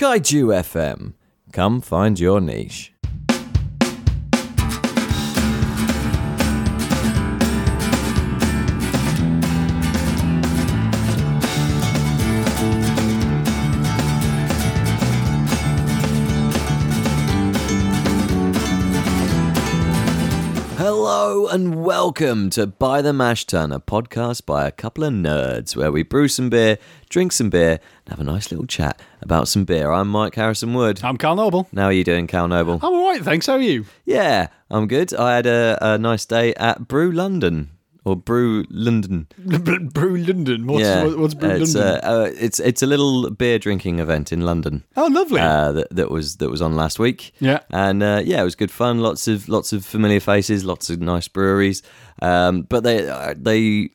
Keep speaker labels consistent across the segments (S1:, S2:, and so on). S1: Kaiju FM. Come find your niche. Hello and welcome to Buy the Mash Tun, a podcast by a couple of nerds where we brew some beer, drink some beer, and have a nice little chat about some beer. I'm Mike Harrison Wood.
S2: I'm Carl Noble.
S1: How are you doing, Cal Noble?
S2: I'm all right, thanks. How are you?
S1: Yeah, I'm good. I had a, a nice day at Brew London or Brew London.
S2: Brew London. What's,
S1: yeah,
S2: what's Brew
S1: it's,
S2: London?
S1: uh, uh, it's it's a little beer drinking event in London.
S2: oh, lovely.
S1: Uh, that, that was that was on last week.
S2: Yeah.
S1: and uh, yeah, it was good fun. Lots of lots of familiar faces, lots of nice breweries. Um, but they uh, they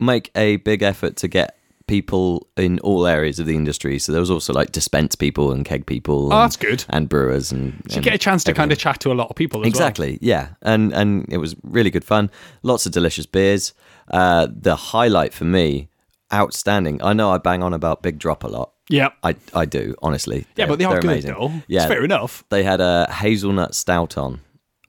S1: make a big effort to get people in all areas of the industry. So there was also like dispense people and keg people. And,
S2: Oh, that's good.
S1: And brewers and,
S2: you get a chance to kind of chat to a lot of people. As
S1: Exactly. Yeah, and and it was really good fun. Lots of delicious beers. Uh, the highlight for me, outstanding. I know I bang on about Big Drop a lot.
S2: Well. Yeah.
S1: I I do honestly.
S2: Yeah, but they are
S1: They're
S2: good
S1: amazing.
S2: though.
S1: Yeah,
S2: It's fair enough.
S1: they had a hazelnut stout on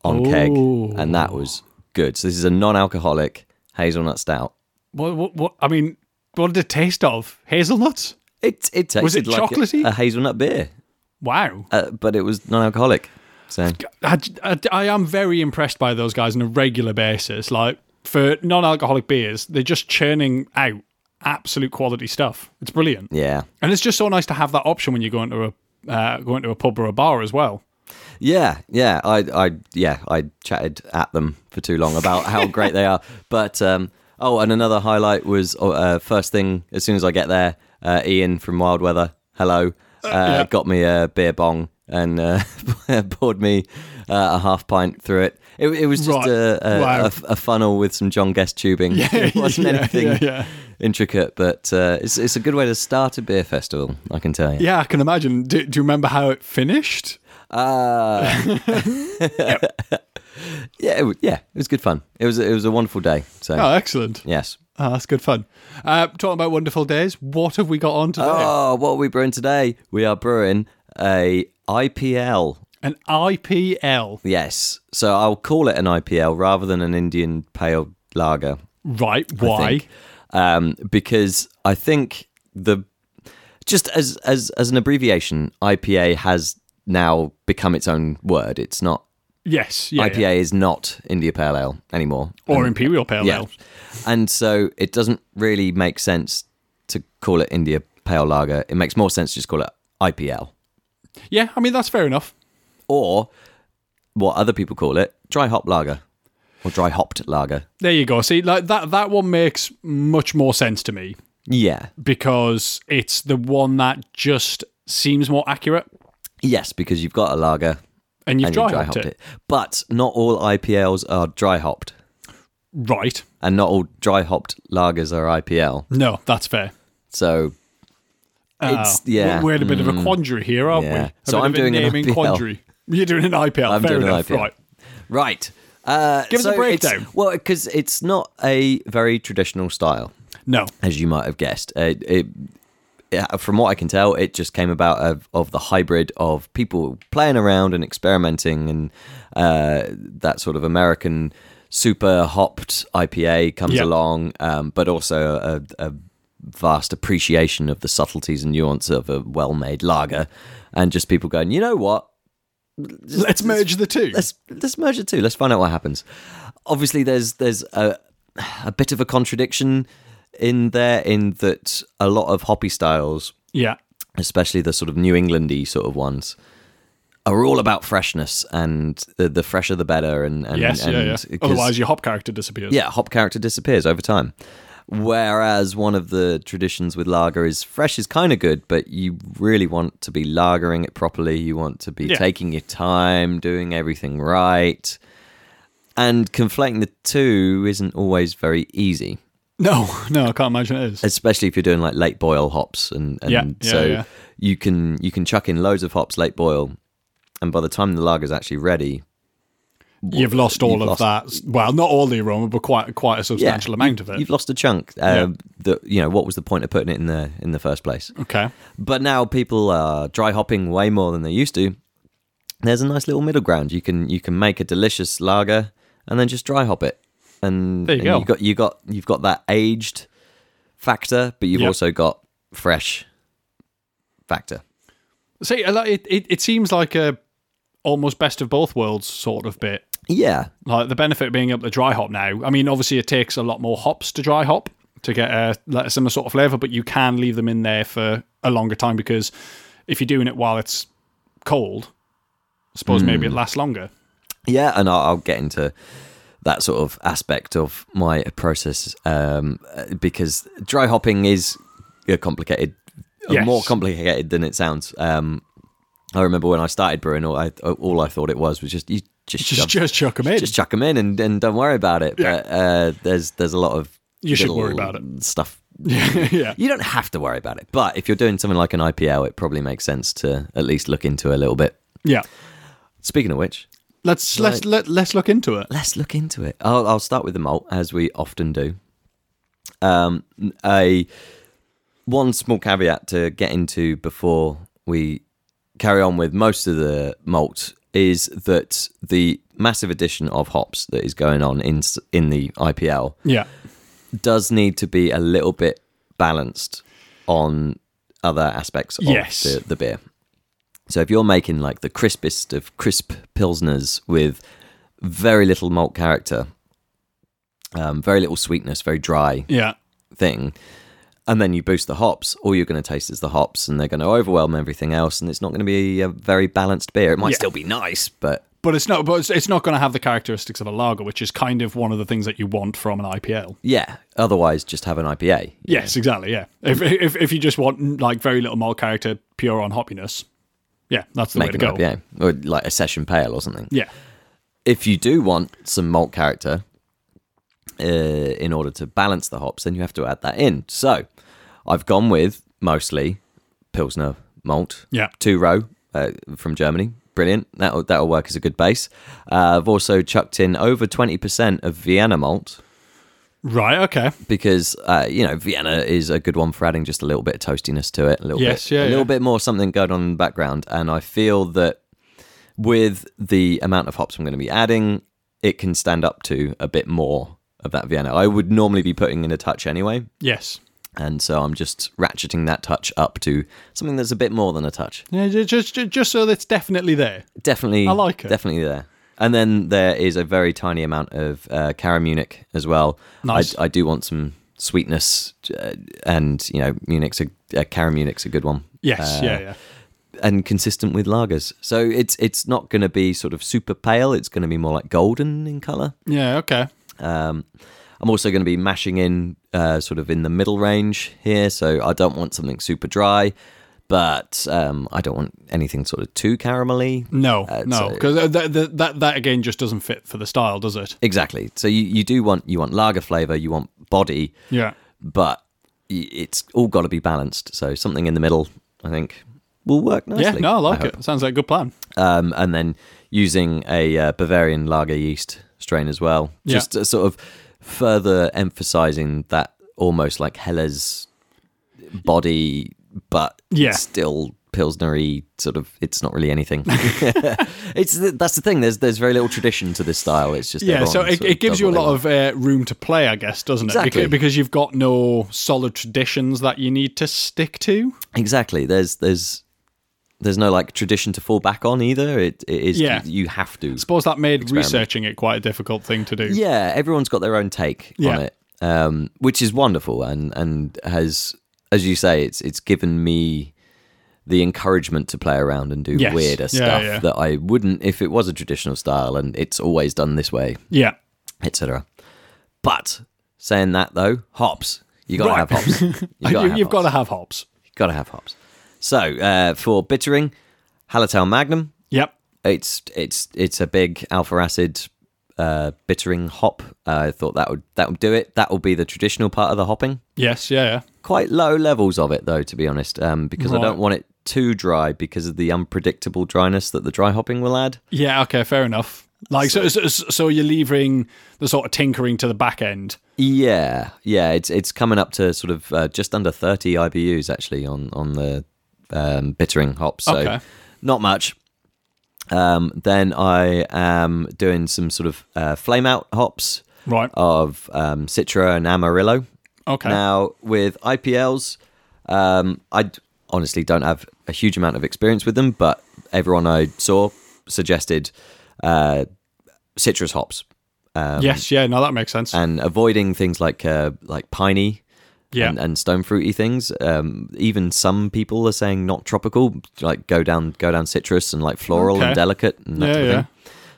S1: on keg,
S2: Ooh.
S1: and that was good. So this is a non-alcoholic hazelnut stout.
S2: What, what, what, I mean, what did it taste of? Hazelnuts?
S1: It it tasted
S2: Was it
S1: like a-
S2: chocolatey?
S1: A, hazelnut beer,
S2: Wow.
S1: uh, but it was non-alcoholic. So
S2: I, I, I am very impressed by those guys on a regular basis. Like, for non alcoholic beers, they're just churning out absolute quality stuff. It's brilliant.
S1: yeah,
S2: And it's just so nice to have that option when you go into a. Uh, going to a pub or a bar as well.
S1: yeah, yeah. I I yeah I chatted at them for too long about how great they are. But um, oh, and another highlight was uh, first thing as soon as I get there, uh, Ian from Wild Weather. Hello. Uh, Got me a beer bong and uh, poured me uh, a half pint through it. It, it was just
S2: Right.
S1: a, a,
S2: Wow.
S1: a f- a funnel with some John Guest tubing. it wasn't
S2: yeah,
S1: anything
S2: yeah, yeah.
S1: intricate, but uh, it's, it's a good way to start a beer festival, I can tell you.
S2: Yeah, I can imagine. Do, do you remember how it finished?
S1: Uh, yeah, it, w- yeah, it was good fun. It was it was a wonderful day. So
S2: Oh, excellent.
S1: yes.
S2: Ah, that's good fun. Uh, talking about wonderful days, what have we got on today?
S1: Oh, what are we brewing today? We are brewing a IPL.
S2: An IPL.
S1: Yes, so I'll call it an IPL rather than an Indian Pale Lager.
S2: Right, why?
S1: think. um, because I think the just as as as an abbreviation, IPA has now become its own word. It's not
S2: Yes, yeah.
S1: IPA
S2: yeah.
S1: is not India Pale Ale anymore.
S2: Or Imperial Pale
S1: Yeah.
S2: Ale.
S1: And so it doesn't really make sense to call it India Pale Lager. It makes more sense to just call it IPL
S2: Yeah, I mean, that's fair enough.
S1: or what other people call it, dry hop lager or dry hopped lager.
S2: There you go. See, like that, that one makes much more sense to me
S1: Yeah.
S2: because it's the one that just seems more accurate
S1: Yes, because you've got a lager
S2: and you've
S1: and you
S2: dry
S1: dry
S2: hopped
S1: hopped
S2: it.
S1: it. But not all IPLs are dry hopped
S2: Right.
S1: and not all dry hopped lagers are IPL.
S2: No, that's fair.
S1: So It's- yeah.
S2: Ah. We're in a bit of a quandary here, aren't we?
S1: Oh. Mm. Yeah.
S2: A
S1: So
S2: bit
S1: I'm
S2: of a
S1: doing an
S2: naming
S1: IPL.
S2: quandary. You're doing an IPL.
S1: I'm
S2: fair
S1: doing an
S2: enough.
S1: IPL.
S2: Right.
S1: right. Uh,
S2: Give us a
S1: so it's-
S2: breakdown.
S1: well, because it's not a very traditional style.
S2: No.
S1: as you might have guessed. It, it, it- from what I can tell, it just came about of, of the hybrid of people playing around and experimenting, and uh, that sort of American super hopped IPA comes
S2: Yeah.
S1: along, um, but also a, a vast appreciation of the subtleties and nuance of a well made lager, and just people going, you know what,
S2: Let's merge the two.
S1: let's let's merge the two. Let's find out what happens. Obviously, there's there's a a bit of a contradiction in there in that a lot of hoppy styles,
S2: Yeah.
S1: especially the sort of New Englandy sort of ones, are all about freshness and the, the fresher the better. And, and
S2: Yes.
S1: and
S2: yeah. Yeah.
S1: 'cause-
S2: Otherwise, your hop character disappears.
S1: yeah, hop character disappears over time. Whereas one of the traditions with lager is fresh is kind of good, but you really want to be lagering it properly. You want to be
S2: Yeah.
S1: taking your time, doing everything right. And conflating the two isn't always very easy,
S2: No. No. I can't imagine it is.
S1: especially if you're doing like late boil hops. And, and
S2: Yeah, yeah,
S1: so
S2: yeah.
S1: you can you can chuck in loads of hops late boil, and by the time the lager's actually ready,
S2: You've lost all
S1: You've
S2: of
S1: lost-
S2: that. Well, not all the aroma, but quite quite a substantial amount of it.
S1: You've lost a chunk. Uh, That you know, what was the point of putting it in the in the first place?
S2: okay.
S1: But now people are dry hopping way more than they used to. There's a nice little middle ground. You can you can make a delicious lager and then just dry hop it, and,
S2: There you
S1: and
S2: go.
S1: you've got you got you've got that aged factor, but you've
S2: Yep.
S1: also got fresh factor.
S2: See, I like- it, it it seems like a almost best of both worlds sort of bit.
S1: Yeah,
S2: Like the benefit of being able to dry hop now. I mean, obviously it takes a lot more hops to dry hop to get a, like a similar sort of flavor, but you can leave them in there for a longer time because if you're doing it while it's cold, I suppose maybe it lasts longer.
S1: yeah, and I'll, I'll get into that sort of aspect of my process um, uh, because dry hopping is a complicated,
S2: Yes.
S1: more complicated than it sounds. Um, I remember when I started brewing, all I, all I thought it was was just you just
S2: Just
S1: shove-
S2: just chuck them in.
S1: just chuck them in and, and don't worry about it.
S2: Yeah.
S1: But uh, there's there's a lot of
S2: You should
S1: little
S2: worry about it.
S1: stuff.
S2: yeah.
S1: You don't have to worry about it, but if you're doing something like an IPL, it probably makes sense to at least look into a little bit.
S2: Yeah.
S1: Speaking of which,
S2: Let's let's let, let's look into it.
S1: let's look into it. I'll, I'll start with the malt as we often do. Um, a one small caveat to get into before we carry on with most of the malt is that the massive addition of hops that is going on in s- in the IPL
S2: Yeah.
S1: does need to be a little bit balanced on other aspects of
S2: Yes.
S1: the, the beer. So if you're making like the crispest of crisp pilsners with very little malt character, um, very little sweetness, very dry
S2: Yeah.
S1: thing, and then you boost the hops, all you're going to taste is the hops, and they're going to overwhelm everything else, and it's not going to be a very balanced beer. It might
S2: Yeah.
S1: still be nice, but
S2: But it's not. But it's, it's not going to have the characteristics of a lager, which is kind of one of the things that you want from an IPL.
S1: yeah. Otherwise, just have an IPA.
S2: Yes, exactly. Yeah. If if, if you just want like very little malt character, pure on hoppiness, yeah, that's the
S1: Make
S2: way to
S1: an
S2: go.
S1: IPA or like a session pale or something.
S2: Yeah.
S1: if you do want some malt character uh, in order to balance the hops, then you have to add that in. So I've gone with mostly Pilsner malt,
S2: Yeah.
S1: two row uh, from Germany. Brilliant. That'll, that'll work as a good base. Uh, I've also chucked in over 20% of Vienna malt
S2: Right. Okay.
S1: because, uh, you know, Vienna is a good one for adding just a little bit of toastiness to it, a little,
S2: Yes,
S1: bit,
S2: yeah,
S1: a little
S2: yeah.
S1: bit more something going on in the background. And I feel that with the amount of hops I'm going to be adding, it can stand up to a bit more of that Vienna. I would normally be putting in a touch anyway,
S2: Yes.
S1: and so I'm just ratcheting that touch up to something that's a bit more than a touch.
S2: Yeah. ju- Just just, just so that's definitely there.
S1: Definitely, I
S2: like it.
S1: Definitely there. And then there is a very tiny amount of uh, Cara Munich as well.
S2: Nice.
S1: I, I do want some sweetness, uh, and you know, Munich's a uh, Cara Munich's a good one.
S2: Yes.
S1: Uh,
S2: yeah. Yeah.
S1: and consistent with lagers. So it's it's not going to be sort of super pale. It's going to be more like golden in color.
S2: Yeah. Okay.
S1: Um, I'm also going to be mashing in uh, sort of in the middle range here. So I don't want something super dry, but um, I don't want anything sort of too caramelly.
S2: No.
S1: Uh,
S2: no.
S1: so-
S2: Because that, that that that again just doesn't fit for the style, does it?
S1: Exactly. So you, you do want you want lager flavor, you want body,
S2: Yeah.
S1: but y- it's all got to be balanced. So something in the middle, I think, will work nicely.
S2: Yeah. No. I like
S1: hope.
S2: it. Sounds like a good plan.
S1: um, and then using a uh, Bavarian lager yeast strain as well,
S2: Yeah.
S1: just to sort of further emphasizing that almost like Heller's body, but
S2: Yeah.
S1: still pilsnery sort of. It's not really anything. it's that's the thing. There's there's very little tradition to this style. It's just
S2: Yeah, so
S1: everyone
S2: it,
S1: sort of
S2: it gives
S1: does
S2: you a
S1: what they
S2: lot
S1: want.
S2: of uh, room to play, I guess, doesn't it? Beca-
S1: Exactly.
S2: Because, you've got no solid traditions that you need to stick to.
S1: exactly. There's there's there's no like tradition to fall back on either. It, it is
S2: Yeah.
S1: you, you have to.
S2: I suppose that made researching it quite a difficult thing to do.
S1: yeah, everyone's got their own take
S2: Yeah.
S1: on it, um, which is wonderful, and and has, as you say, it's it's given me the encouragement to play around and do
S2: Yes.
S1: weirder
S2: Yeah,
S1: stuff
S2: yeah.
S1: that I wouldn't if it was a traditional style and it's always done this way,
S2: Yeah.
S1: etc. But saying that though, hops, you gotta
S2: Right.
S1: have hops. You
S2: You,
S1: gotta have
S2: have
S1: hops.
S2: got to have hops.
S1: Gotta have hops. So uh, for bittering, Halatel Magnum,
S2: Yep.
S1: it's it's it's a big alpha acid uh bittering hop uh, i thought that would that would do it that will be the traditional part of the hopping
S2: Yes, yeah, yeah.
S1: quite low levels of it though to be honest um because i
S2: Right.
S1: don't want it too dry because of the unpredictable dryness that the dry hopping will add
S2: Yeah, okay, fair enough. Like so, so, so you're leaving the sort of tinkering to the back end.
S1: Yeah, yeah, it's it's coming up to sort of uh, just under thirty IBUs actually on on the um, bittering hops. So
S2: Okay.
S1: not much. Um, then I am doing some sort of uh, flame out hops
S2: Right.
S1: of um, Citra and Amarillo.
S2: Okay.
S1: Now with IPLs, um, I d- honestly don't have a huge amount of experience with them, but everyone I saw suggested uh, citrus hops
S2: yes. Yeah. No, that makes sense.
S1: and avoiding things like uh, like piney
S2: yeah.
S1: and, and stone fruity things. Um, even some people are saying not tropical, like go down go down citrus and like floral
S2: Okay.
S1: and delicate and that
S2: Yeah,
S1: sort of
S2: yeah.
S1: thing.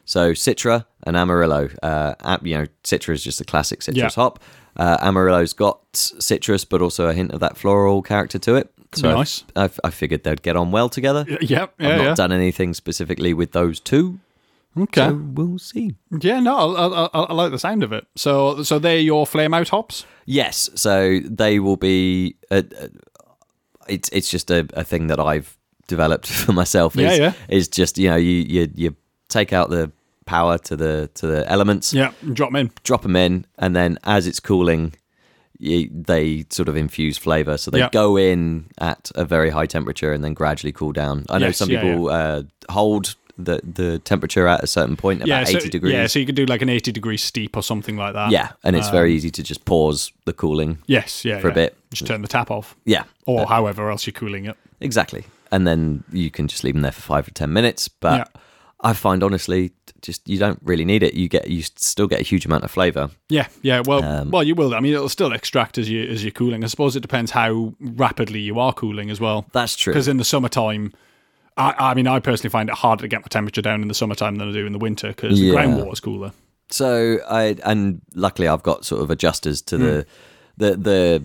S1: So Citra and Amarillo. Uh, a- you know, Citra is just a classic citrus
S2: Yeah.
S1: hop. Uh, Amarillo's got citrus, but also a hint of that floral character to it. So I-
S2: nice.
S1: I, I figured they'd get on well together.
S2: Y- yeah.
S1: I've
S2: Yeah.
S1: not
S2: yeah.
S1: done anything specifically with those two,
S2: Okay.
S1: so we'll see.
S2: yeah. No, I, I, I, I like the sound of it. So, so they're your flame out hops.
S1: Yes, so they will be. Uh, uh, it's it's just a, a thing that I've developed for myself. Is,
S2: Yeah, yeah.
S1: is just you know you you you take out the power to the to the elements,
S2: Yeah. Drop them in.
S1: drop them in, and then as it's cooling, you, they sort of infuse flavor. So they
S2: Yeah.
S1: go in at a very high temperature and then gradually cool down. I know
S2: Yes,
S1: some
S2: yeah,
S1: people Uh, hold the the temperature at a certain point, about
S2: yeah.
S1: eighty
S2: so,
S1: degrees.
S2: Yeah. So you could do like an eighty degree steep or something like that.
S1: yeah, and it's
S2: Um,
S1: very easy to just pause the cooling.
S2: Yes. Yeah.
S1: For a
S2: yeah.
S1: bit.
S2: Just turn the tap off,
S1: Yeah,
S2: or however else you're cooling it.
S1: Exactly. And then you can just leave them there for five or ten minutes. But
S2: Yeah.
S1: I find honestly, t- just you don't really need it. You get you still get a huge amount of flavour.
S2: Yeah, yeah. Well,
S1: Um,
S2: well, you will. I mean, it'll still extract as you as you're cooling. I suppose it depends how rapidly you are cooling as well.
S1: That's true.
S2: Because in the summertime, I, I mean, I personally find it harder to get my temperature down in the summertime than I do in the winter because
S1: Yeah.
S2: the groundwater's cooler.
S1: So I and luckily I've got sort of adjusters to
S2: Hmm.
S1: the the the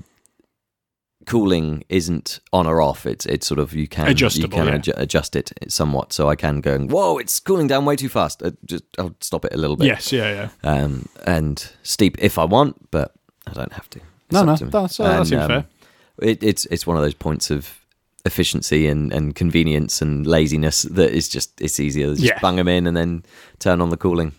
S1: cooling isn't on or off. It's it's sort of you can
S2: Adjustable,
S1: You can
S2: yeah.
S1: adju- adjust it somewhat. So I can go and whoa, it's cooling down way too fast. Uh, just I'll stop it a little bit.
S2: Yes, yeah, yeah.
S1: um, and steep if I want, but I don't have to. It's
S2: No,
S1: up
S2: no,
S1: to me. um,
S2: that's- uh, that seems fair.
S1: It, it's it's one of those points of efficiency and, and convenience and laziness that is just it's easier to just
S2: Yeah.
S1: bung them in and then turn on the cooling.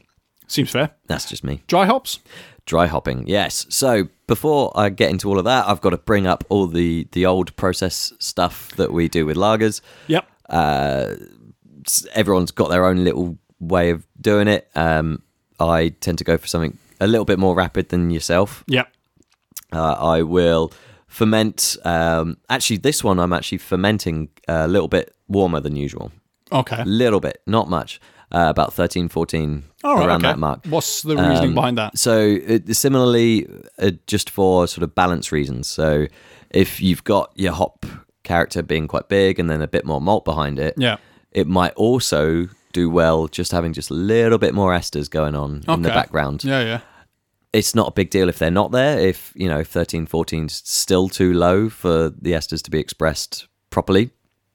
S2: Seems fair.
S1: That's just me.
S2: Dry hops.
S1: Dry hopping, yes. So before I get into all of that, I've got to bring up all the the old process stuff that we do with lagers.
S2: Yep.
S1: s- everyone's got their own little way of doing it. Um, I tend to go for something a little bit more rapid than yourself.
S2: Yep.
S1: Uh, I will ferment. Um, actually, this one I'm actually fermenting uh, a little bit warmer than usual.
S2: Okay.
S1: Little bit, not much. Uh, about 13, 14,
S2: All right.
S1: around
S2: okay.
S1: that mark.
S2: What's the reasoning
S1: Um,
S2: behind that?
S1: So it, similarly, uh, just for sort of balance reasons. So if you've got your hop character being quite big and then a bit more malt behind it,
S2: Yeah.
S1: it might also do well just having just a little bit more esters going on in the
S2: Okay.
S1: background.
S2: Yeah, yeah.
S1: It's not a big deal if they're not there. If, you know, if 13, 14 is still too low for the esters to be expressed properly,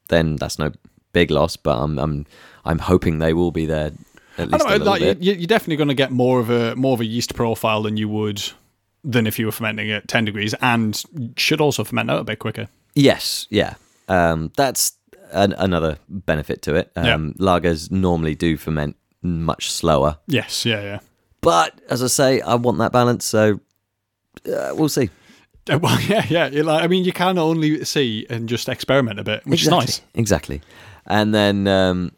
S1: then that's no big loss, but I'm I'm I'm hoping they will be there at
S2: I
S1: least a
S2: don't know.
S1: little
S2: Like,
S1: bit.
S2: you, you're definitely going to get more of a more of a yeast profile than you would than if you were fermenting at 10 degrees, and should also ferment out a bit quicker.
S1: Yes, yeah. Um, that's an, another benefit to it. Um, Lagers normally do ferment much slower,
S2: Yes. Yeah. Yeah.
S1: but as I say, I want that balance, so uh, we'll see.
S2: Uh, Well, yeah, yeah. You're like, I mean, you can only see and just experiment a bit, which
S1: exactly,
S2: is nice.
S1: Exactly. And then um,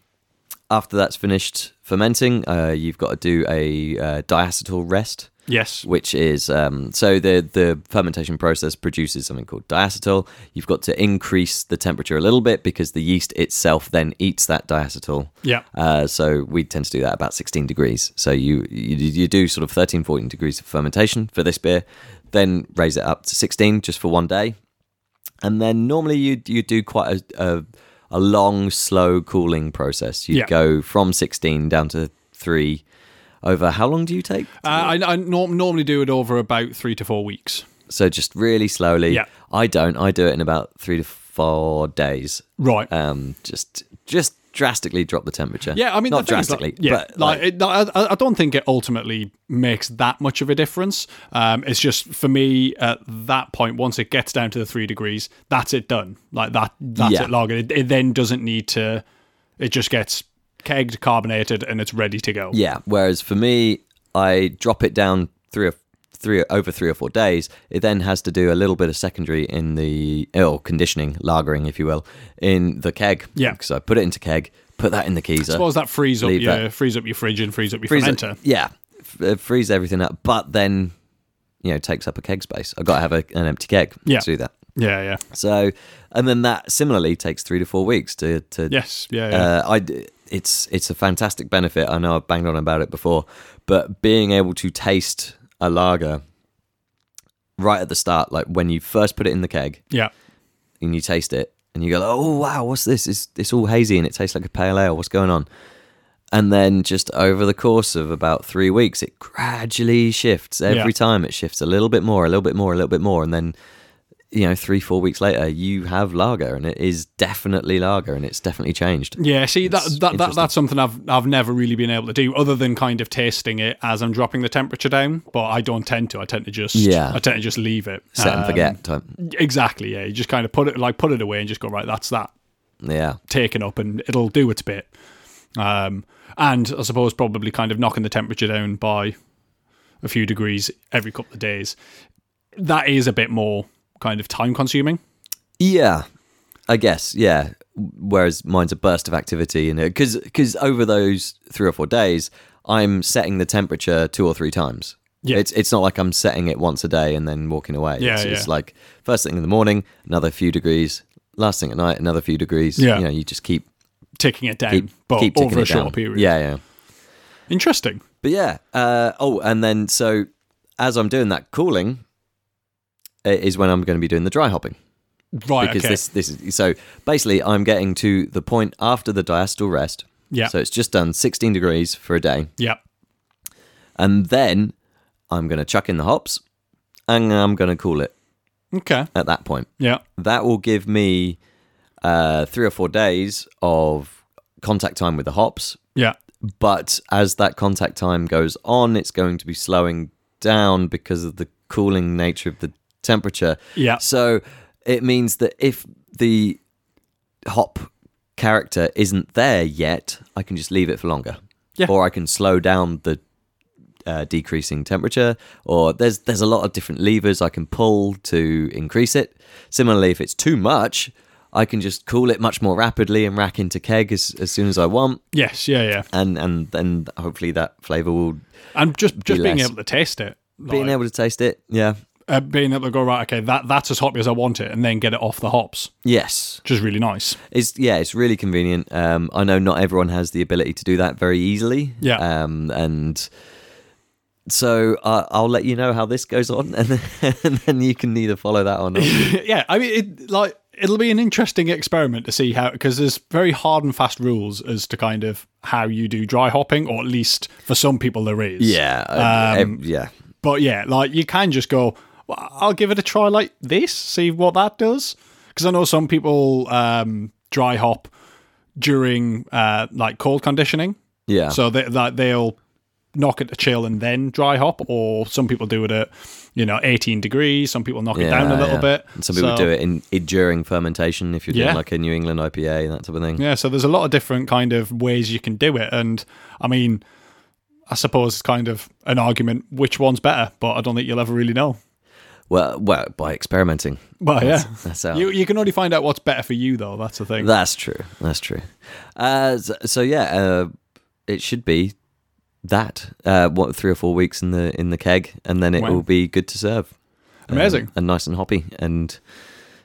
S1: after that's finished fermenting, uh, you've got to do a uh, diacetyl rest.
S2: Yes.
S1: which is um, so the the fermentation process produces something called diacetyl. You've got to increase the temperature a little bit because the yeast itself then eats that diacetyl.
S2: Yeah.
S1: Uh, so we tend to do that about 16 degrees. So you, you you do sort of 13, 14 degrees of fermentation for this beer, then raise it up to 16 just for one day, and then normally you you do quite a a, a long, slow cooling process. You
S2: Yeah.
S1: go from 16 down to three. Over how long do you take?
S2: Uh, I, I norm- normally do it over about three to four weeks.
S1: So just really slowly.
S2: Yeah.
S1: I don't. I do it in about three to four days.
S2: Right.
S1: Um, just just drastically drop the temperature.
S2: yeah, I mean,
S1: not
S2: the thing is, like-
S1: drastically,
S2: yeah,
S1: but
S2: like,
S1: like,
S2: it, I, I- I don't think it ultimately makes that much of a difference. Um, it's just for me at that point, once it gets down to the three degrees, that's it done. Like that, that's
S1: Yeah.
S2: it lager. It, it then doesn't need to. It just gets kegged, carbonated, and it's ready to go.
S1: Yeah. Whereas for me, I drop it down three or three over three or four days. It then has to do a little bit of secondary in the oh conditioning, lagering, if you will, in the keg.
S2: Yeah.
S1: Because I put it into keg, put that in the keezer.
S2: Suppose that frees up
S1: Leave
S2: your
S1: that.
S2: frees up your fridge and frees up your
S1: freeze it-
S2: fermenter.
S1: yeah, f- uh, freeze everything up. But then, you know, takes up a keg space. I've got to have a, an empty keg
S2: Yeah.
S1: to do that.
S2: Yeah, yeah.
S1: So, and then that similarly takes three to four weeks to to
S2: Yes, yeah, yeah.
S1: uh, I d- it's it's a fantastic benefit. I know I've banged on about it before, but being able to taste a lager right at the start, like when you first put it in the keg
S2: yeah.
S1: and you taste it, and you go, "Oh wow, what's this? It's it's all hazy and it tastes like a pale ale. What's going on?" And then just over the course of about three weeks, it gradually shifts. Every
S2: Yeah.
S1: time it shifts a little bit more, a little bit more, a little bit more, and then you know three four weeks later you have lager and it is definitely lager and it's definitely changed
S2: Yeah, see that,
S1: It's
S2: that, that
S1: interesting.
S2: that's something I've I've never really been able to do, other than kind of tasting it as I'm dropping the temperature down. But I don't tend to. I tend to just
S1: Yeah.
S2: I tend to just leave it.
S1: set
S2: Um,
S1: and forget type.
S2: Exactly. Yeah, you just kind of put it like put it away and just go right. That's that
S1: Yeah,
S2: taken up, and it'll do its bit. Um, and I suppose probably kind of knocking the temperature down by a few degrees every couple of days. That is a bit more kind of time consuming.
S1: yeah, I guess yeah. Whereas mine's a burst of activity, and because because over those three or four days, I'm setting the temperature two or three times.
S2: Yeah.
S1: it's it's not like I'm setting it once a day and then walking away.
S2: Yeah,
S1: it's, it's
S2: yeah.
S1: like first thing in the morning, another few degrees. Last thing at night, another few degrees.
S2: Yeah.
S1: you know, you just keep
S2: Ticking it down,
S1: keep
S2: but
S1: keep ticking
S2: over a
S1: it
S2: short
S1: down.
S2: period.
S1: Yeah, yeah.
S2: Interesting.
S1: But yeah, uh, oh, and then so as I'm doing that cooling, i- is when I'm going to be doing the dry hopping.
S2: Right.
S1: because
S2: okay.
S1: this this is so basically I'm getting to the point after the diastole rest.
S2: Yeah.
S1: So it's just done 16 degrees for a day,
S2: yeah.
S1: and then I'm gonna chuck in the hops, and I'm gonna cool it
S2: Okay.
S1: at that point.
S2: Yeah.
S1: That will give me uh, three or four days of contact time with the hops.
S2: Yeah.
S1: But as that contact time goes on, it's going to be slowing down because of the cooling nature of the temperature.
S2: Yeah.
S1: So it means that if the hop character isn't there yet, I can just leave it for longer.
S2: Yeah.
S1: Or I can slow down the uh, decreasing temperature. Or there's there's a lot of different levers I can pull to increase it. Similarly, if it's too much, I can just cool it much more rapidly and rack into keg as, as soon as I want,
S2: Yes. Yeah. Yeah.
S1: and and then hopefully that flavour will
S2: And just just being
S1: less.
S2: able to taste it.
S1: being
S2: like,
S1: able to taste it. Yeah.
S2: uh, being able to go right. Okay. That that's as hoppy as I want it, and then get it off the hops,
S1: Yes.
S2: which is really nice.
S1: It's yeah, it's really convenient. Um, I know not everyone has the ability to do that very easily.
S2: Yeah.
S1: Um, and so I I'll let you know how this goes on, and then, and then you can either follow that or not.
S2: yeah, I mean, it, like it'll be an interesting experiment to see how because there's very hard and fast rules as to kind of how you do dry hopping, or at least for some people there is.
S1: yeah. I-
S2: Um,
S1: ev- yeah.
S2: but yeah, like you can just go. "Well, I'll give it a try like this, see what that does. Because I know some people um, dry hop during uh, like cold conditioning,
S1: Yeah.
S2: so they, like they'll knock it to chill and then dry hop, or some people do it at you know 18 degrees. Some people knock it
S1: yeah,
S2: down a little
S1: yeah.
S2: bit.
S1: And some people
S2: So-
S1: do it in, in during fermentation if you're doing
S2: Yeah.
S1: like a New England IPA and that type of thing.
S2: Yeah, so there's a lot of different kind of ways you can do it, and I mean, I suppose it's kind of an argument which one's better, but I don't think you'll ever really know.
S1: Well, well, by experimenting.
S2: Well, yeah,
S1: That's how
S2: you you can only find out what's better for you though. That's the thing.
S1: That's true. That's true. Uh, so, so yeah, uh, it should be that uh, what three or four weeks in the in the keg, and then it
S2: Wow.
S1: will be good to serve. Um,
S2: Amazing.
S1: and nice and hoppy, and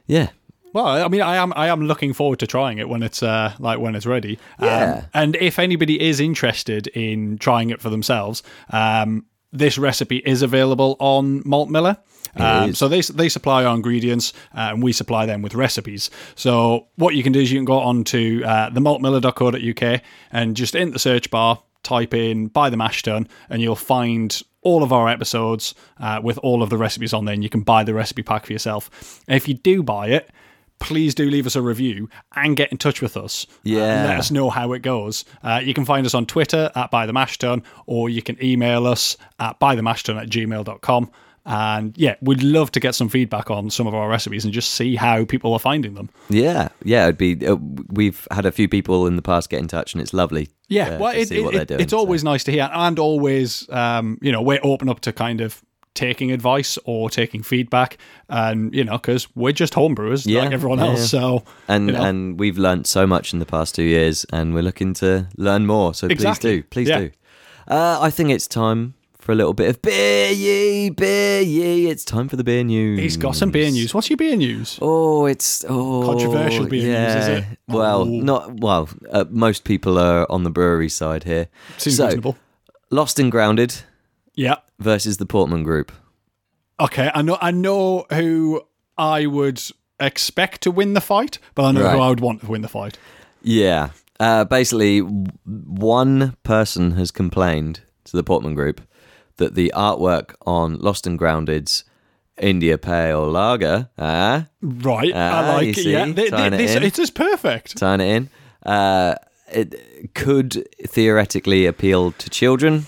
S1: yeah,
S2: Well, I mean, I am I am looking forward to trying it when it's uh, like when it's ready. Um,
S1: Yeah.
S2: and if anybody is interested in trying it for themselves, um, this recipe is available on Malt Miller. Um,
S1: is.
S2: so they they supply our ingredients, uh, and we supply them with recipes. So what you can do is you can go on to uh, themaltmiller.co.uk and just in the search bar type in "buy the mash tun" and you'll find all of our episodes uh, with all of the recipes on there. And you can buy the recipe pack for yourself. And if you do buy it, please do leave us a review and get in touch with us. Uh,
S1: Yeah.
S2: let us know how it goes. Uh, you can find us on Twitter at By the Mash Tun, or you can email us at bythemashton at gmail.com. And yeah, we'd love to get some feedback on some of our recipes and just see how people are finding them.
S1: Yeah, yeah, it'd be. Uh, we've had a few people in the past get in touch, and it's lovely.
S2: Yeah,
S1: uh,
S2: well,
S1: to
S2: it,
S1: see what
S2: it-
S1: they're doing.
S2: it's always nice to hear, and always, um, you know, we're open up to kind of taking advice or taking feedback, and you know, because we're just homebrewers
S1: Yeah,
S2: like everyone
S1: yeah,
S2: else.
S1: yeah.
S2: So
S1: and
S2: you know.
S1: and we've learnt so much in the past two years, and we're looking to learn more. So please
S2: Exactly.
S1: do, please
S2: Yeah.
S1: do. Uh, I think it's time for a little bit of beer ye, beer ye. It's time for the beer news.
S2: he's got some beer news. What's your beer news?
S1: Oh, it's oh
S2: Controversial beer news, is
S1: yeah.
S2: it? Oh.
S1: Well,
S2: Ooh.
S1: not well. Uh, most people are on the brewery side here.
S2: Seems
S1: so,
S2: reasonable.
S1: Lost and Grounded
S2: Yeah.
S1: versus the Portman Group.
S2: Okay. I know. I know who I would expect to win the fight, but I know who
S1: Right.
S2: I would want to win the fight.
S1: Yeah. Uh, basically, w- one person has complained to the Portman Group that the artwork on Lost and Grounded's India Pale Lager, ah,
S2: Right. I
S1: Ah,
S2: like
S1: you
S2: it. yeah.
S1: see?
S2: They- they-
S1: Tying it
S2: this-
S1: in.
S2: it is perfect.
S1: sign it in, uh, it could theoretically appeal to children.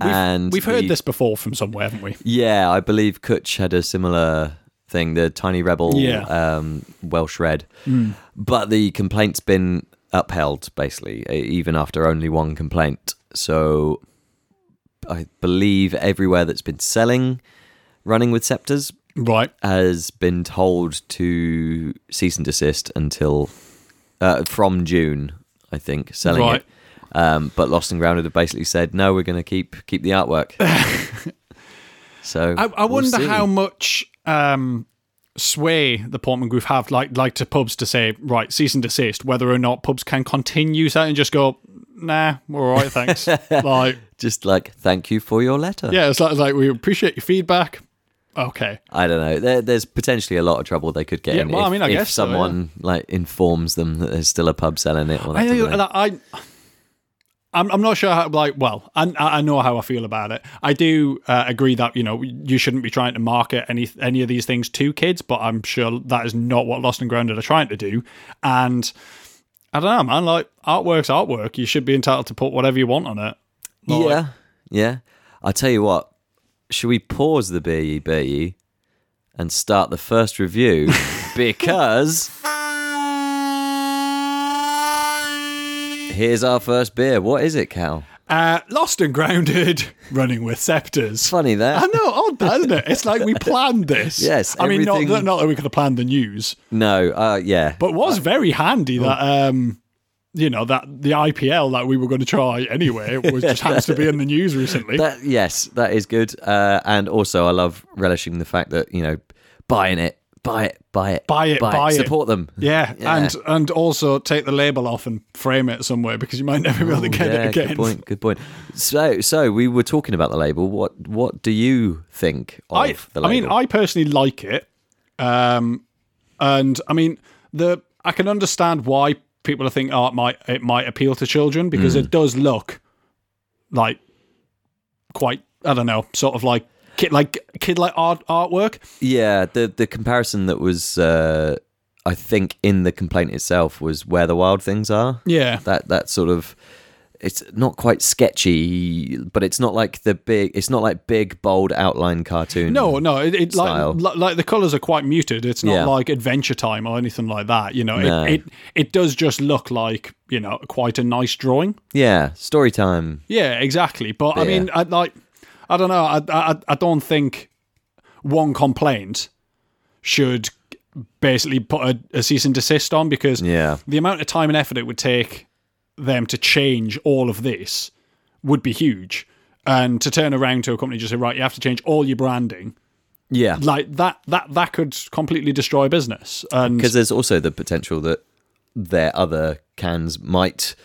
S1: and
S2: We've heard
S1: the-
S2: this before from somewhere, haven't we?
S1: Yeah, I believe Kutch had a similar thing, the Tiny Rebel
S2: Yeah.
S1: um, Welsh Red. But the complaint's been upheld, basically, e- even after only one complaint. So I believe everywhere that's been selling Running with Scepters
S2: Right.
S1: has been told to cease and desist until uh, from June, I think, selling
S2: Right.
S1: it. Um, but Lost and Grounded have basically said, no, we're going to keep keep the artwork. so
S2: I, I
S1: we'll
S2: wonder
S1: see.
S2: how much um, sway the Portman Group have, like like to pubs to say right cease and desist, whether or not pubs can continue that and just go nah, we're all right, thanks. like
S1: just like thank you for your letter.
S2: yeah, it's like, it's like we appreciate your feedback. Okay,
S1: I don't know. There, there's potentially a lot of trouble they could get
S2: Yeah,
S1: in
S2: well,
S1: if,
S2: I mean, I
S1: if
S2: guess so, yeah.
S1: someone like informs them that there's still a pub selling it. Or that
S2: I
S1: type of
S2: think
S1: thing.
S2: that I. I'm, I'm not sure how, like, well, I, I know how I feel about it. I do uh, agree that, you know, you shouldn't be trying to market any any of these things to kids, but I'm sure that is not what Lost and Grounded are trying to do. And I don't know, man, like, artwork's artwork. You should be entitled to put whatever you want on it. Like,
S1: yeah, yeah. I tell you what. Should we pause the beer ye beer ye E and start the first review because here's our first beer. What is it, Cal?
S2: Uh, Lost and Grounded, running with scepters.
S1: Funny that.
S2: I know, odd, that, isn't it? It's like we planned this.
S1: Yes,
S2: I mean, not
S1: everything-
S2: that, not that we could have planned the news.
S1: No. Uh, yeah.
S2: But it was very
S1: Oh.
S2: handy that um you know that the IPL that we were going to try anyway was just happens to be in the news recently.
S1: That yes, that is good. Uh, and also, I love relishing the fact that you know, buying it, buy it, buy it,
S2: Buy it, buy it.
S1: support them.
S2: yeah,
S1: Yeah.
S2: and and also take the label off and frame it somewhere because you might never be able to
S1: Ooh,
S2: get
S1: yeah,
S2: it again.
S1: good point. Good point. So, so we were talking about the label. What, what do you think of
S2: I,
S1: the
S2: I mean,
S1: label?
S2: I personally like it, um, and I mean the I can understand why people think oh, it might it might appeal to children because
S1: Mm.
S2: it does look like quite I don't know sort of like kid like kid like art artwork.
S1: yeah, the the comparison that was, uh, I think, in the complaint itself was where the wild things are.
S2: Yeah,
S1: That that sort of. It's not quite sketchy, but it's not like the big. It's not like big bold outline cartoon.
S2: No, no, it, it
S1: style.
S2: like, li- like the colors are quite muted. It's not
S1: Yeah.
S2: like Adventure Time or anything like that. You know,
S1: No.
S2: it, it it does just look like you know quite a nice drawing.
S1: Yeah, story time.
S2: Yeah, exactly. But, I mean, I like I don't know. I, I I don't think one complaint should basically put a, a cease and desist on because
S1: Yeah.
S2: the amount of time and effort it would take them to change all of this would be huge. And to turn around to a company and just say, right, you have to change all your branding
S1: Yeah.
S2: like that that that could completely destroy business and
S1: because there's also the potential that their other cans might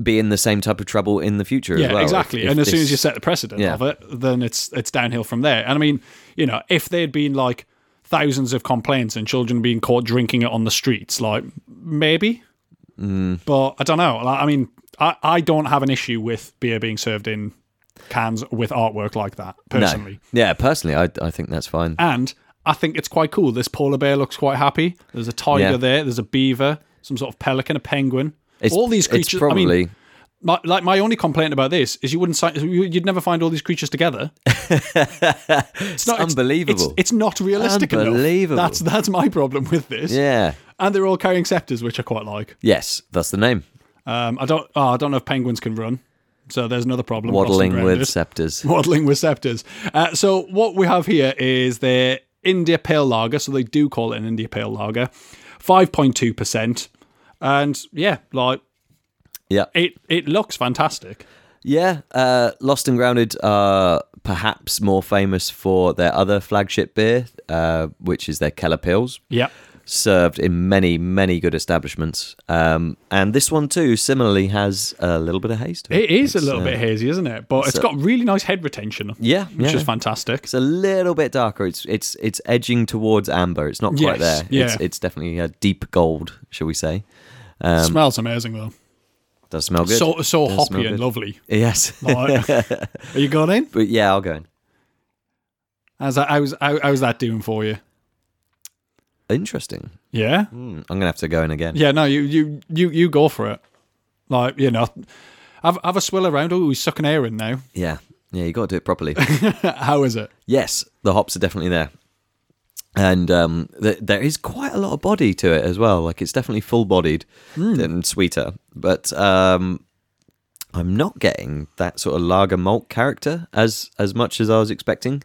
S1: be in the same type of trouble in the future
S2: yeah
S1: as well. if-
S2: exactly
S1: if
S2: and as soon
S1: this-
S2: as you set the precedent
S1: Yeah.
S2: of it then it's it's downhill from there and i mean you know if there'd been like thousands of complaints and children being caught drinking it on the streets like maybe
S1: Mm.
S2: but i don't know like, i mean I, I don't have an issue with beer being served in cans with artwork like that personally
S1: No. Yeah, personally, I, I think that's fine.
S2: and I think it's quite cool. This polar bear looks quite happy. There's a tiger
S1: Yeah.
S2: there. There's a beaver, some sort of pelican, a penguin.
S1: It's,
S2: All these
S1: it's
S2: creatures. I mean,
S1: probably
S2: My, like my only complaint about this is you wouldn't si- you- you'd never find all these creatures together.
S1: It's
S2: not-
S1: unbelievable.
S2: It's, it's not realistic enough.
S1: Unbelievable.
S2: That's that's my problem with this.
S1: yeah.
S2: And they're all carrying scepters, which I quite like.
S1: Yes, that's the name.
S2: Um, I don't oh, I don't know if penguins can run, so there's another problem.
S1: Waddling
S2: Crossing
S1: with
S2: grounded.
S1: scepters.
S2: waddling with scepters. Uh, so what we have here is their India Pale Lager. So they do call it an India Pale Lager, five point two percent, and yeah, like
S1: Yeah.
S2: it it looks fantastic.
S1: Yeah, uh, Lost and Grounded are perhaps more famous for their other flagship beer, uh, which is their Keller Pills,
S2: Yeah.
S1: served in many, many good establishments. Um, and this one, too, similarly has a little bit of haze to it.
S2: It is a little bit hazy, isn't it? But it's got really nice head retention,
S1: uh, Yeah,
S2: which
S1: yeah.
S2: is fantastic.
S1: It's a little bit darker. It's it's it's edging towards amber. It's not quite
S2: Yes,
S1: there. It's,
S2: yeah.
S1: it's definitely a deep gold, shall we say.
S2: Smells amazing though.
S1: Does smell Um, good.
S2: So so
S1: Does smell
S2: hoppy and
S1: good.
S2: lovely.
S1: Yes.
S2: Like, are you going in?
S1: but yeah, I'll go in.
S2: How's that, how's, how, how's that doing for you?
S1: Interesting.
S2: Yeah.
S1: Hmm, I'm going to have to go in again.
S2: Yeah, no, you you you you go for it. Like you know, have have a swill around. Oh, he's sucking air in now.
S1: Yeah. Yeah, you got to do it properly.
S2: How is it?
S1: yes, the hops are definitely there. And um, th- there is quite a lot of body to it as well. Like it's definitely full bodied
S2: Hmm.
S1: and sweeter. But um, I'm not getting that sort of lager malt character as, as much as I was expecting.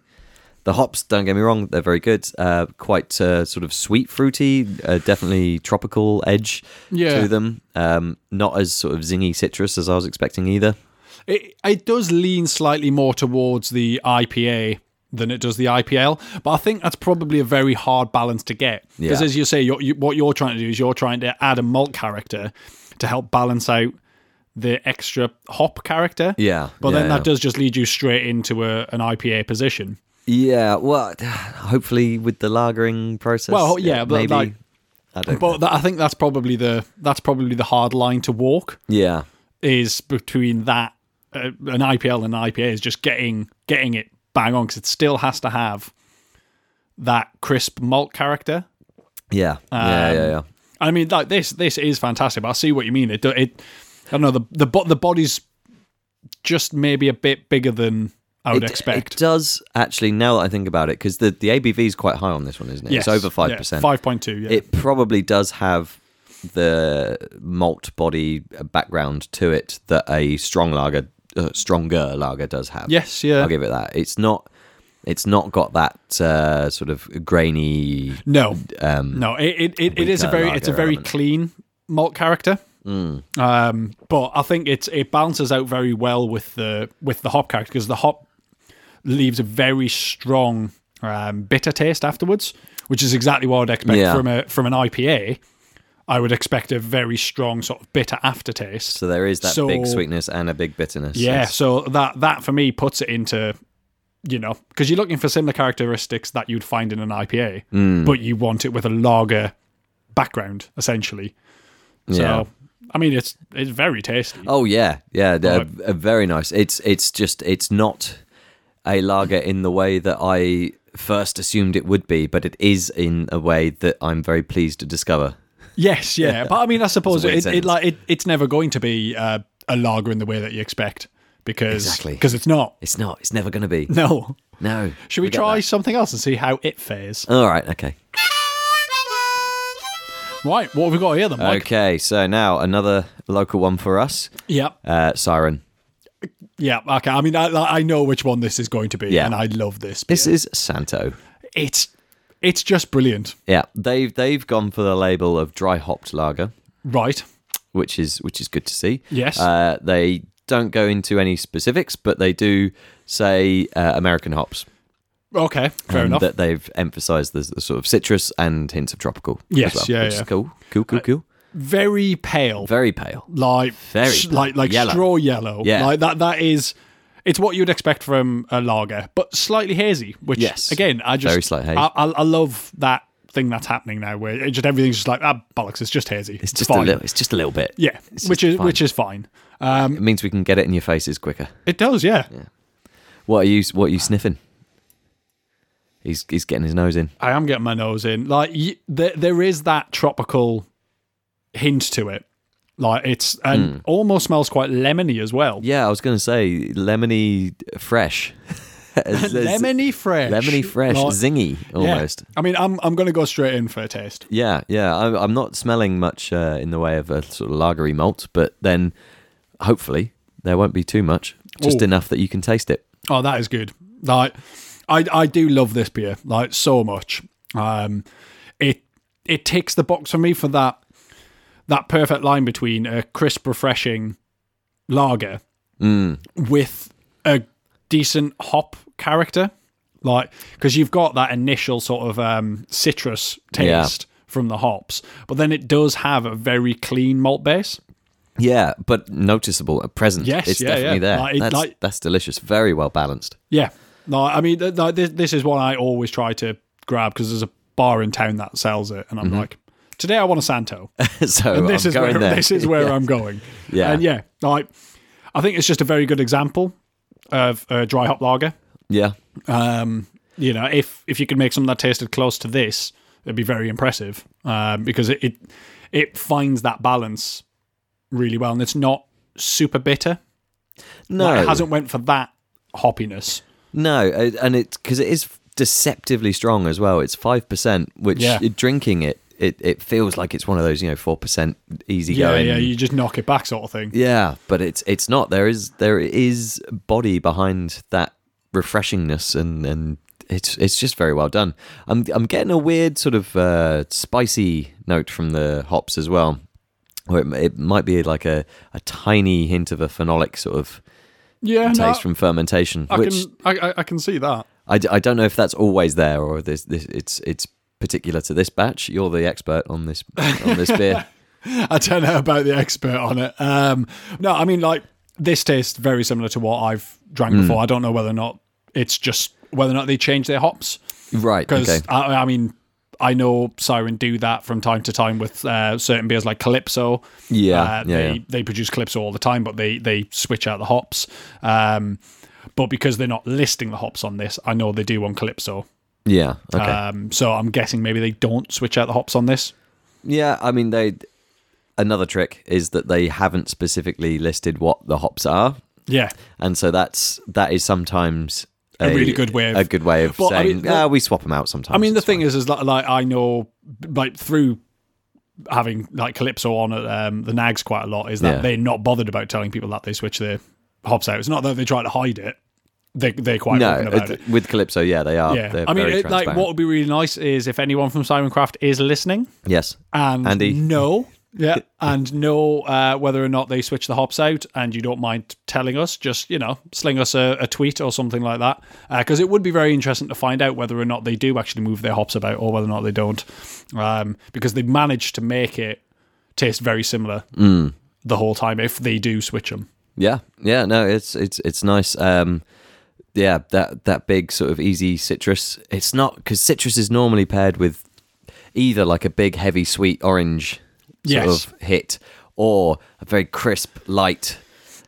S1: The hops, don't get me wrong, they're very good. Uh, quite uh, sort of sweet, fruity, uh, definitely tropical edge
S2: Yeah.
S1: to them. Um, not as sort of zingy citrus as I was expecting either.
S2: It it does lean slightly more towards the IPA than it does the IPL, but I think that's probably a very hard balance to get because,
S1: Yeah.
S2: as you say, you're, you, what you're trying to do is you're trying to add a malt character to help balance out the extra hop character.
S1: Yeah,
S2: but
S1: yeah,
S2: then that
S1: yeah.
S2: does just lead you straight into a, an IPA position.
S1: Yeah, well, hopefully with the lagering process.
S2: Well, yeah, but
S1: maybe.
S2: like-
S1: I don't. know.
S2: But that, I think that's probably the that's probably the hard line to walk.
S1: yeah,
S2: is between that uh, an IPL and an IPA is just getting getting it bang on because it still has to have that crisp malt character.
S1: yeah, yeah, yeah, yeah.
S2: Um, I mean, like this this is fantastic. But I see what you mean. It do- it I don't know the the bo- the body's just maybe a bit bigger than I would
S1: It-
S2: expect.
S1: It does actually. Now that I think about it, because the the ABV is quite high on this one, isn't it? It's over five percent.
S2: Five point two. Yeah.
S1: It probably does have the malt body uh, background to it that a strong lager, uh, stronger lager does have.
S2: yes. Yeah.
S1: I'll give it that. It's not. It's not got that uh, sort of grainy.
S2: No.
S1: Um,
S2: No, it it, it, it is a
S1: weaker
S2: very it's a
S1: lager
S2: very
S1: element. Mm.
S2: clean malt character. Um, but I think it's it balances out very well with the with the hop character because the hop leaves a very strong um, bitter taste afterwards, which is exactly what I'd expect
S1: Yeah.
S2: from a from an IPA. I would expect a very strong sort of bitter aftertaste.
S1: So there is that
S2: So-
S1: big sweetness and a big bitterness.
S2: yeah,
S1: It's-
S2: so that that for me puts it into you know because you're looking for similar characteristics that you'd find in an IPA,
S1: Hmm.
S2: but you want it with a lager background essentially. So
S1: Yeah.
S2: I mean, it's it's very tasty.
S1: Oh yeah, yeah, they're
S2: Right.
S1: uh, very nice. It's it's just it's not a lager in the way that I first assumed it would be, but it is in a way that I'm very pleased to discover.
S2: Yes, yeah, but I mean, I suppose
S1: weird
S2: it, it
S1: sentence.
S2: like it, it's never going to be uh, a lager in the way that you expect because
S1: Exactly.
S2: because it's not.
S1: It's not. It's never going to be.
S2: No,
S1: No.
S2: should we,
S1: Forget
S2: try
S1: that.
S2: something else and see how it fares?
S1: All right. Okay.
S2: Right, what have we got here then, Mike?
S1: Okay. So now another local one for us.
S2: Yeah,
S1: Uh, Siren.
S2: yeah, okay. I mean, I I know which one this is going to be,
S1: Yeah.
S2: and I love this.
S1: This
S2: beer.
S1: is Santo.
S2: it's it's just brilliant,
S1: Yeah. They've they've gone for the label of dry hopped lager.
S2: right?
S1: which is which is good to see.
S2: Yes.
S1: uh, they don't go into any specifics, but they do say uh, American hops.
S2: Okay, fair
S1: and
S2: enough.
S1: That they've emphasised the, the sort of citrus and hints of tropical. as
S2: Yes,
S1: well,
S2: yeah, Uh,
S1: which is
S2: yeah.
S1: cool, cool, cool, cool.
S2: very pale,
S1: Very pale.
S2: like
S1: very
S2: sh-
S1: pale.
S2: like like
S1: Yellow.
S2: straw yellow.
S1: Yeah.
S2: like that. That is. It's what you'd expect from a lager, but slightly hazy. Which,
S1: Yes.
S2: again, I just
S1: Very slight haze.
S2: I, I, I love that thing that's happening now, where it just everything's just like ah, bollocks. It's just hazy.
S1: It's just a
S2: fine.
S1: little. It's just a little bit.
S2: Yeah,
S1: It's
S2: which
S1: just
S2: is
S1: fine.
S2: which is fine. Um,
S1: It means we can get it in your faces quicker.
S2: It does, yeah.
S1: What are you? What are you sniffing? He's he's getting his nose in.
S2: I am getting my nose in. Like y- there, there is that tropical hint to it, Like it's
S1: Hmm.
S2: and almost smells quite lemony as well.
S1: Yeah, I was going to say lemony fresh. It's- it's
S2: lemony fresh.
S1: Lemony fresh,
S2: Like-
S1: zingy
S2: Yeah.
S1: almost.
S2: I mean, I'm I'm going to go straight in for a taste.
S1: Yeah, yeah. I'm, I'm not smelling much uh, in the way of a sort of lagery malt, but then hopefully there won't be too much, just
S2: Ooh.
S1: enough that you can taste it.
S2: Oh, that is good. Like, I I do love this beer like so much. Um, it it ticks the box for me for that that perfect line between a crisp, refreshing lager with a decent hop character, like because you've got that initial sort of um, citrus
S1: Yeah.
S2: taste from the hops, but then it does have a very clean malt base.
S1: Yeah, but noticeable, uh, present.
S2: Yes,
S1: it's
S2: yeah,
S1: definitely
S2: yeah.
S1: there.
S2: Like, it-
S1: that's,
S2: like-
S1: that's delicious. Very well balanced.
S2: Yeah. No, I mean, th- th- this, this is one I always try to grab because there's a bar in town that sells it, and I'm like, today I want a Santo,
S1: so Mm-hmm. Oh,
S2: and this
S1: I'm
S2: is
S1: going
S2: where
S1: there.
S2: this is where I'm going.
S1: Yeah.
S2: and yeah, like, I think it's just a very good example of a dry hop lager.
S1: yeah,
S2: Um, you know, if if you could make something that tasted close to this, it'd be very impressive um, because it, it it finds that balance really well, and it's not super bitter.
S1: no,
S2: Like, it hasn't went for that hoppiness.
S1: No, uh, and it's because it is deceptively strong as well. It's five percent, which
S2: Yeah.
S1: uh, drinking it, it, it feels like it's one of those you know four percent easy
S2: Yeah,
S1: going.
S2: yeah, you just knock it back, sort of thing.
S1: Yeah, but it's it's not. There is there is body behind that refreshingness, and and it's it's just very well done. I'm I'm getting a weird sort of uh, spicy note from the hops as well. Or it, it might be like a, a tiny hint of a phenolic sort of
S2: Yeah, no,
S1: taste from fermentation,
S2: I
S1: which
S2: can I, I- I can see that.
S1: I, d- I don't know if that's always there or this, this it's it's particular to this batch. You're the expert on this on this beer.
S2: I don't know about the expert on it. Um, no, I mean like this tastes very similar to what I've
S1: Hmm.
S2: drank before. I don't know whether or not it's just whether or not they change their hops
S1: Right.
S2: because
S1: Okay.
S2: I, I mean I know Siren do that from time to time with uh, certain beers like Calypso.
S1: Ah, Yeah,
S2: uh,
S1: yeah,
S2: they
S1: yeah.
S2: they produce Calypso all the time, but they they switch out the hops. Um, but because they're not listing the hops on this, I know they do on Calypso.
S1: Yeah. Okay.
S2: Um, so I'm guessing maybe they don't switch out the hops on this.
S1: yeah. I mean, they. Another trick is that they haven't specifically listed what the hops are,
S2: Yeah,
S1: and so that's that is sometimes
S2: A really good way of-
S1: a good way of
S2: Well, I
S1: saying
S2: mean, the-
S1: "Ah, we swap them out sometimes.
S2: I mean the
S1: It's
S2: thing
S1: fine."
S2: is, is that, like I know, like through having like Calypso on at um, the Nags quite a lot, is that
S1: Yeah.
S2: they're not bothered about telling people that they switch their hops out. It's not that they try to hide it; they they're quite open
S1: no
S2: about
S1: it-
S2: it.
S1: with Calypso, yeah, they are.
S2: Yeah,
S1: they're
S2: I mean,
S1: very
S2: it, like
S1: transparent.
S2: what would be really nice is if anyone from Siren Craft is listening
S1: Yes,
S2: and
S1: Andy.
S2: no. Yeah, and know uh, whether or not they switch the hops out, and you don't mind telling us, just you know, sling us a, a tweet or something like that, because it would be very interesting to find out whether or not they do actually move their hops about or whether or not they don't, um, because they managed to make it taste very similar
S1: Mm.
S2: the whole time if they do switch them.
S1: Yeah, yeah, no, it's it's it's nice. Um, yeah, that that big sort of easy citrus. It's not because citrus is normally paired with either like a big heavy sweet orange sort
S2: Yes.
S1: of hit or a very crisp light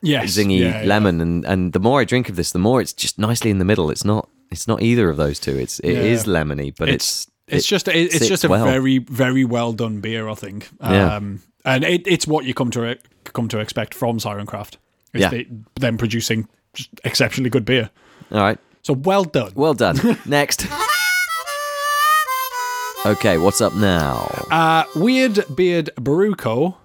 S2: Yes,
S1: zingy
S2: yeah, yeah.
S1: lemon. And and the more I drink of this, the more it's just nicely in the middle. It's not it's not either of those two. It's it is
S2: Yeah.
S1: lemony, but it's
S2: it's it's
S1: it
S2: just it, it's
S1: sits
S2: just a
S1: well.
S2: very very well done beer, I think.
S1: Yeah.
S2: Um, and it, it's what you come to e- come to expect from Sirencraft. It's
S1: Yeah.
S2: the, them producing just exceptionally good beer.
S1: all right.
S2: So well done.
S1: Well done. Next. Okay, what's up now?
S2: Uh, Weird Beard Baruco,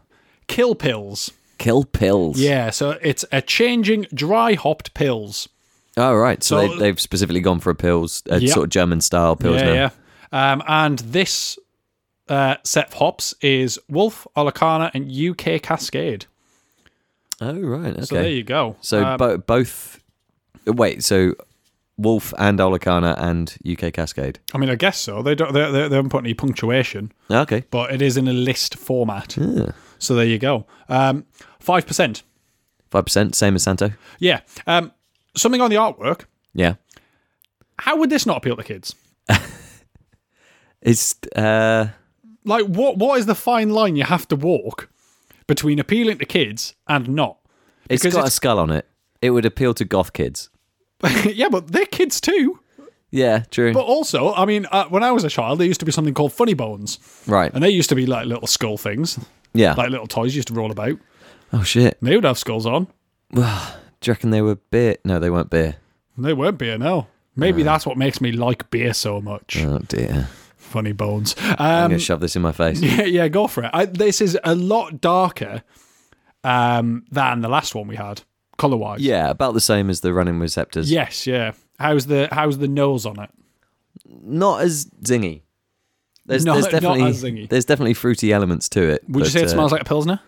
S2: Kill Pills.
S1: Kill pills.
S2: Yeah, so it's a changing dry hopped pills.
S1: Oh right, so,
S2: So-
S1: they, they've specifically gone for a pills, a
S2: Yeah.
S1: sort of German style pills now.
S2: Yeah, yeah. Um, and this uh, set of hops is Wolf, Olacana, and UK Cascade.
S1: Oh right, okay.
S2: So
S1: So,
S2: there you go. Um,
S1: bo- both. Wait, so Wolf and Olacana and UK Cascade.
S2: I mean, I guess so. They don't. They, they, they haven't put any punctuation,
S1: Ah, Okay.
S2: but it is in a list format. So there you go. Um, Five percent.
S1: Five percent, same as Santo.
S2: Yeah. Um, something on the artwork.
S1: Yeah.
S2: How would this not appeal to kids?
S1: It's uh
S2: Like, what? What is the fine line you have to walk between appealing to kids and not?
S1: it's
S2: Because
S1: got a
S2: it's-
S1: skull on it. It would appeal to goth kids.
S2: yeah, but they're kids too.
S1: Yeah, true.
S2: But also, I mean, uh, when I was a child, there used to be something called funny bones,
S1: right.
S2: and they used to be like little skull things.
S1: Yeah.
S2: like little toys used to roll about.
S1: oh shit.
S2: They would have skulls on.
S1: Do you reckon they were beer? No, they weren't beer.
S2: They weren't beer, no. Maybe that's what makes me like beer so much.
S1: Oh dear.
S2: Funny bones.
S1: I'm
S2: Um,
S1: gonna shove this in my face.
S2: yeah, yeah, go for it. I, this is a lot darker um, than the last one we had, color wise.
S1: Yeah, about the same as the running with scepters.
S2: Yes, yeah. How's the how's the nose on it?
S1: Not as zingy. There's,
S2: Not-
S1: there's
S2: not
S1: definitely
S2: as zingy.
S1: there's definitely fruity elements to it.
S2: Would you
S1: but,
S2: say it
S1: uh,
S2: smells like a pilsner?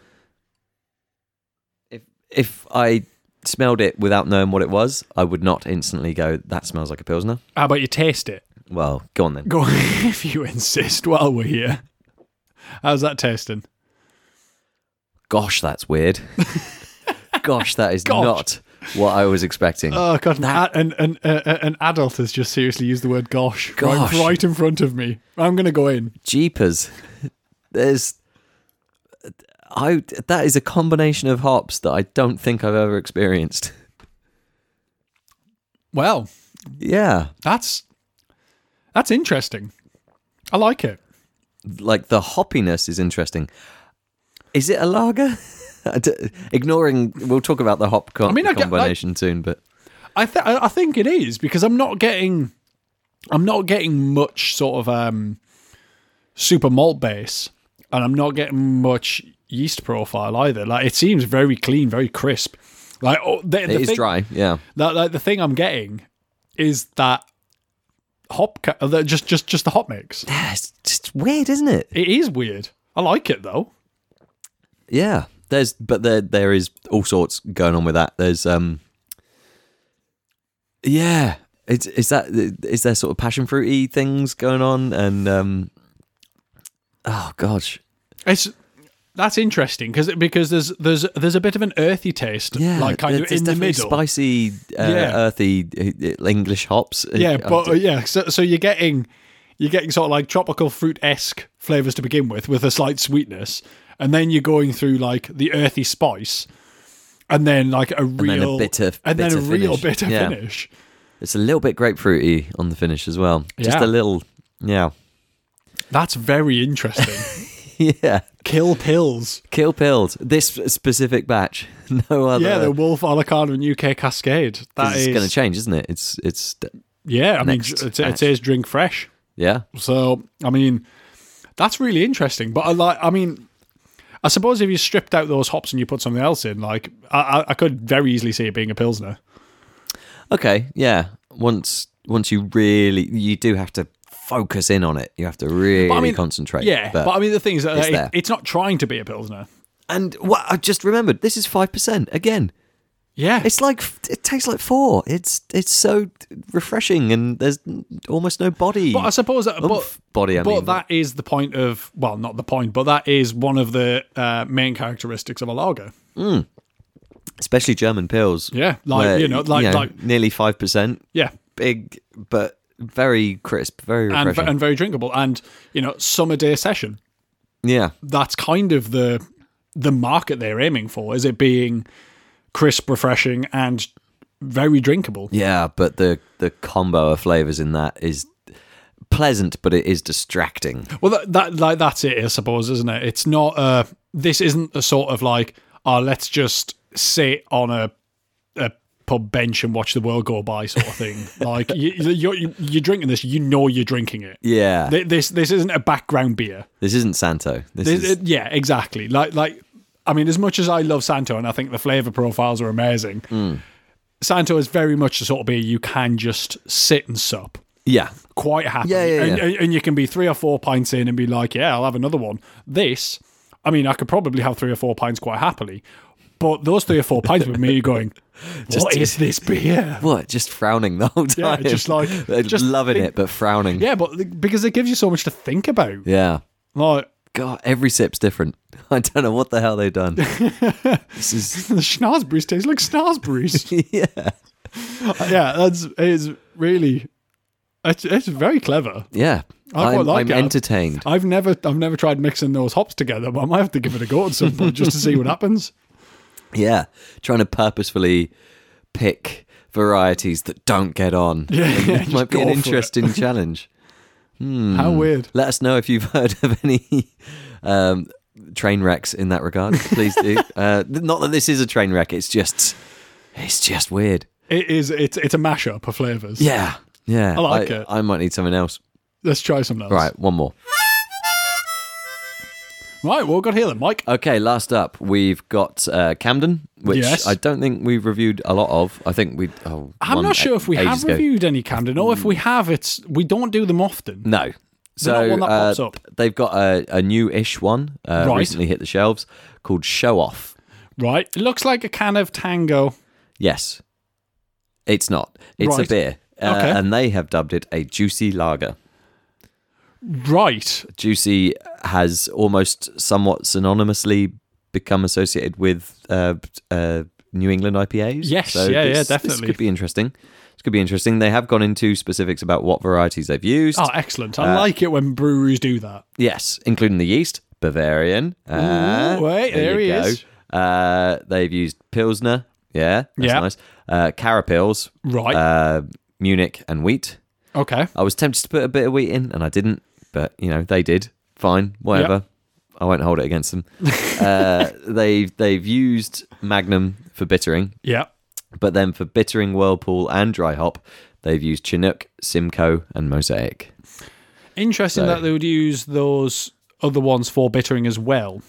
S1: if if I smelled it without knowing what it was, I would not instantly go, that smells like a pilsner.
S2: How about you taste it?
S1: Well, go on then.
S2: Go if you insist. While we're here, how's that tasting?
S1: Gosh, that's weird. Gosh, that is
S2: Gosh.
S1: not what I was expecting.
S2: Oh god, an, an, an, uh, an adult has just seriously used the word "gosh"
S1: Gosh.
S2: Right, right in front of me. I'm gonna go in.
S1: Jeepers. There's I that is a combination of hops that I don't think I've ever experienced.
S2: Well,
S1: Yeah.
S2: that's that's interesting. I like it.
S1: Like the hoppiness is interesting. Is it a lager? I d- Ignoring, we'll talk about the hop co-
S2: mean, I get, like-
S1: combination soon, but
S2: I th- I I think it is because I'm not getting I'm not getting much sort of um super malt base and I'm not getting much yeast profile either. Like it seems very clean, very crisp. Like oh, the,
S1: it
S2: the
S1: is
S2: thing,
S1: dry. Yeah.
S2: That, like the thing I'm getting is that hop ca- uh, the- just just just the hop mix.
S1: Yeah, it's just weird, isn't it?
S2: It is weird. I like it though.
S1: Yeah, there's but there there is all sorts going on with that. There's um, yeah, it's is that is there sort of passion fruity things going on and um, oh gosh,
S2: It's that's interesting because because there's there's there's a bit of an earthy taste
S1: yeah,
S2: like kind
S1: there's
S2: of in the
S1: definitely
S2: middle.
S1: spicy, uh,
S2: Yeah.
S1: earthy uh, English hops.
S2: Yeah,
S1: Uh,
S2: but uh, yeah, so, so you're getting you're getting sort of like tropical fruit esque flavors to begin with, with a slight sweetness, and then you're going through like the earthy spice, and then like a
S1: then a
S2: real
S1: bitter-
S2: and then a
S1: bitter
S2: real
S1: finish.
S2: bitter
S1: Yeah.
S2: finish.
S1: it's a little bit grapefruity on the finish as well. Just
S2: Yeah.
S1: a little, yeah,
S2: That's very interesting.
S1: yeah.
S2: Kill pills.
S1: Kill pilled this specific batch, no other.
S2: Yeah, the Wolf Alacana and UK Cascade. That
S1: it's
S2: is
S1: going to change, isn't it? It's it's
S2: yeah. I mean,
S1: next
S2: it, it
S1: batch.
S2: says drink fresh.
S1: yeah.
S2: So I mean, that's really interesting. But I like, I mean, I suppose if you stripped out those hops and you put something else in, like I, I, I could very easily see it being a pilsner.
S1: Okay, yeah. Once once you really you do have to focus in on it. You have to really
S2: mean,
S1: concentrate.
S2: Yeah, but,
S1: but,
S2: I mean, the thing is, that
S1: it's
S2: it-
S1: there.
S2: it's not trying to be a pilsner.
S1: and what I just remembered, this is five percent again.
S2: Yeah,
S1: It's like it tastes like four. It's it's so refreshing, and there's almost no body.
S2: but I suppose that, but,
S1: oomph body. I
S2: but
S1: mean,
S2: that is the point of well, not the point, but that is one of the uh, main characteristics of a lager.
S1: especially German pills.
S2: Yeah, like
S1: where,
S2: you know, like like
S1: nearly five percent.
S2: yeah,
S1: Big, but very crisp, very
S2: and
S1: refreshing.
S2: and very drinkable, and you know, summer day session.
S1: yeah,
S2: that's kind of the the market they're aiming for is it being crisp refreshing and very drinkable
S1: yeah. But the the combo of flavors in that is pleasant, but it is distracting.
S2: well that, that like that's it i suppose isn't it it's not uh this isn't the sort of like oh let's just sit on a a pub bench and watch the world go by sort of thing like you, you're you're drinking this you know you're drinking it
S1: Yeah.
S2: Th- this this isn't a background beer
S1: This isn't Santo. This
S2: It-
S1: is
S2: it- yeah, exactly. Like like I mean, as much as I love Santo and I think the flavour profiles are amazing,
S1: Hmm.
S2: Santo is very much the sort of beer you can just sit and sup
S1: yeah,
S2: quite happy.
S1: Yeah, yeah,
S2: and,
S1: yeah.
S2: And, and you can be three or four pints in and be like, yeah, I'll have another one. This, I mean, I could probably have three or four pints quite happily. But those three or four pints with me, you're going, What is this beer?
S1: what? Just frowning the whole
S2: Yeah,
S1: time.
S2: just like-
S1: They're
S2: just
S1: loving
S2: think-
S1: it, but frowning. Yeah.
S2: Yeah, but because it gives you so much to think about. Like,
S1: God, every sip's different. I don't know what the hell they've done. this is
S2: the schnozberries taste like schnozberries. Uh,
S1: yeah,
S2: yeah, that's it's really it's, it's very clever.
S1: yeah.
S2: I quite
S1: I'm,
S2: like
S1: I'm
S2: it.
S1: entertained.
S2: I've never I've never tried mixing those hops together, but I might have to give it a go at some point just to see what happens.
S1: Yeah, trying to purposefully pick varieties that don't get on.
S2: Yeah, yeah,
S1: it
S2: just
S1: might be an
S2: go for it.
S1: interesting challenge. Hmm.
S2: How weird.
S1: Let us know if you've heard of any um, train wrecks in that regard. Please do. uh, not that this is a train wreck. It's just, it's just weird.
S2: It is. It's it's a mashup of flavors.
S1: Yeah, yeah.
S2: I like it.
S1: I might need something else.
S2: Let's try something else.
S1: All right, one more.
S2: Right. Well, got here then, Mike.
S1: Okay, last up we've got uh, Camden, which
S2: Yes.
S1: I don't think we've reviewed a lot of. I think we. Oh,
S2: I'm
S1: one
S2: not sure
S1: a-
S2: if we
S1: ages
S2: have
S1: ago. Hmm.
S2: reviewed any Camden, or if we have, it's we don't do them often.
S1: No. So
S2: not one that
S1: uh,
S2: pops up.
S1: they've got a, a new-ish one uh,
S2: Right.
S1: recently hit the shelves called Show Off.
S2: Right. It looks like a can of Tango.
S1: Yes, it's not. It's a
S2: Right.
S1: beer, uh,
S2: Okay.
S1: and they have dubbed it a juicy lager.
S2: Right.
S1: Juicy has almost somewhat synonymously become associated with uh, uh, New England IPAs.
S2: Yes, yeah, yeah,
S1: this- This
S2: definitely.
S1: could be interesting. This could be interesting. They have gone into specifics about what varieties they've used.
S2: Oh, excellent.
S1: Uh,
S2: I like it when breweries do that.
S1: Yes, including the yeast, Bavarian. Ah,
S2: Ooh, wait, there
S1: you
S2: he
S1: go.
S2: is.
S1: Uh, they've used Pilsner. Yeah, that's
S2: Yeah.
S1: nice. Uh, Carapils,
S2: Right.
S1: uh, Munich, and wheat.
S2: okay.
S1: I was tempted to put a bit of wheat in, and I didn't. But you know, they did. Fine, whatever. I won't hold it against them. uh, they've they've used Magnum for bittering,
S2: Yeah.
S1: but then for bittering Whirlpool and dry hop, they've used Chinook, Simcoe, and Mosaic.
S2: Interesting that they would use those other ones for bittering as well.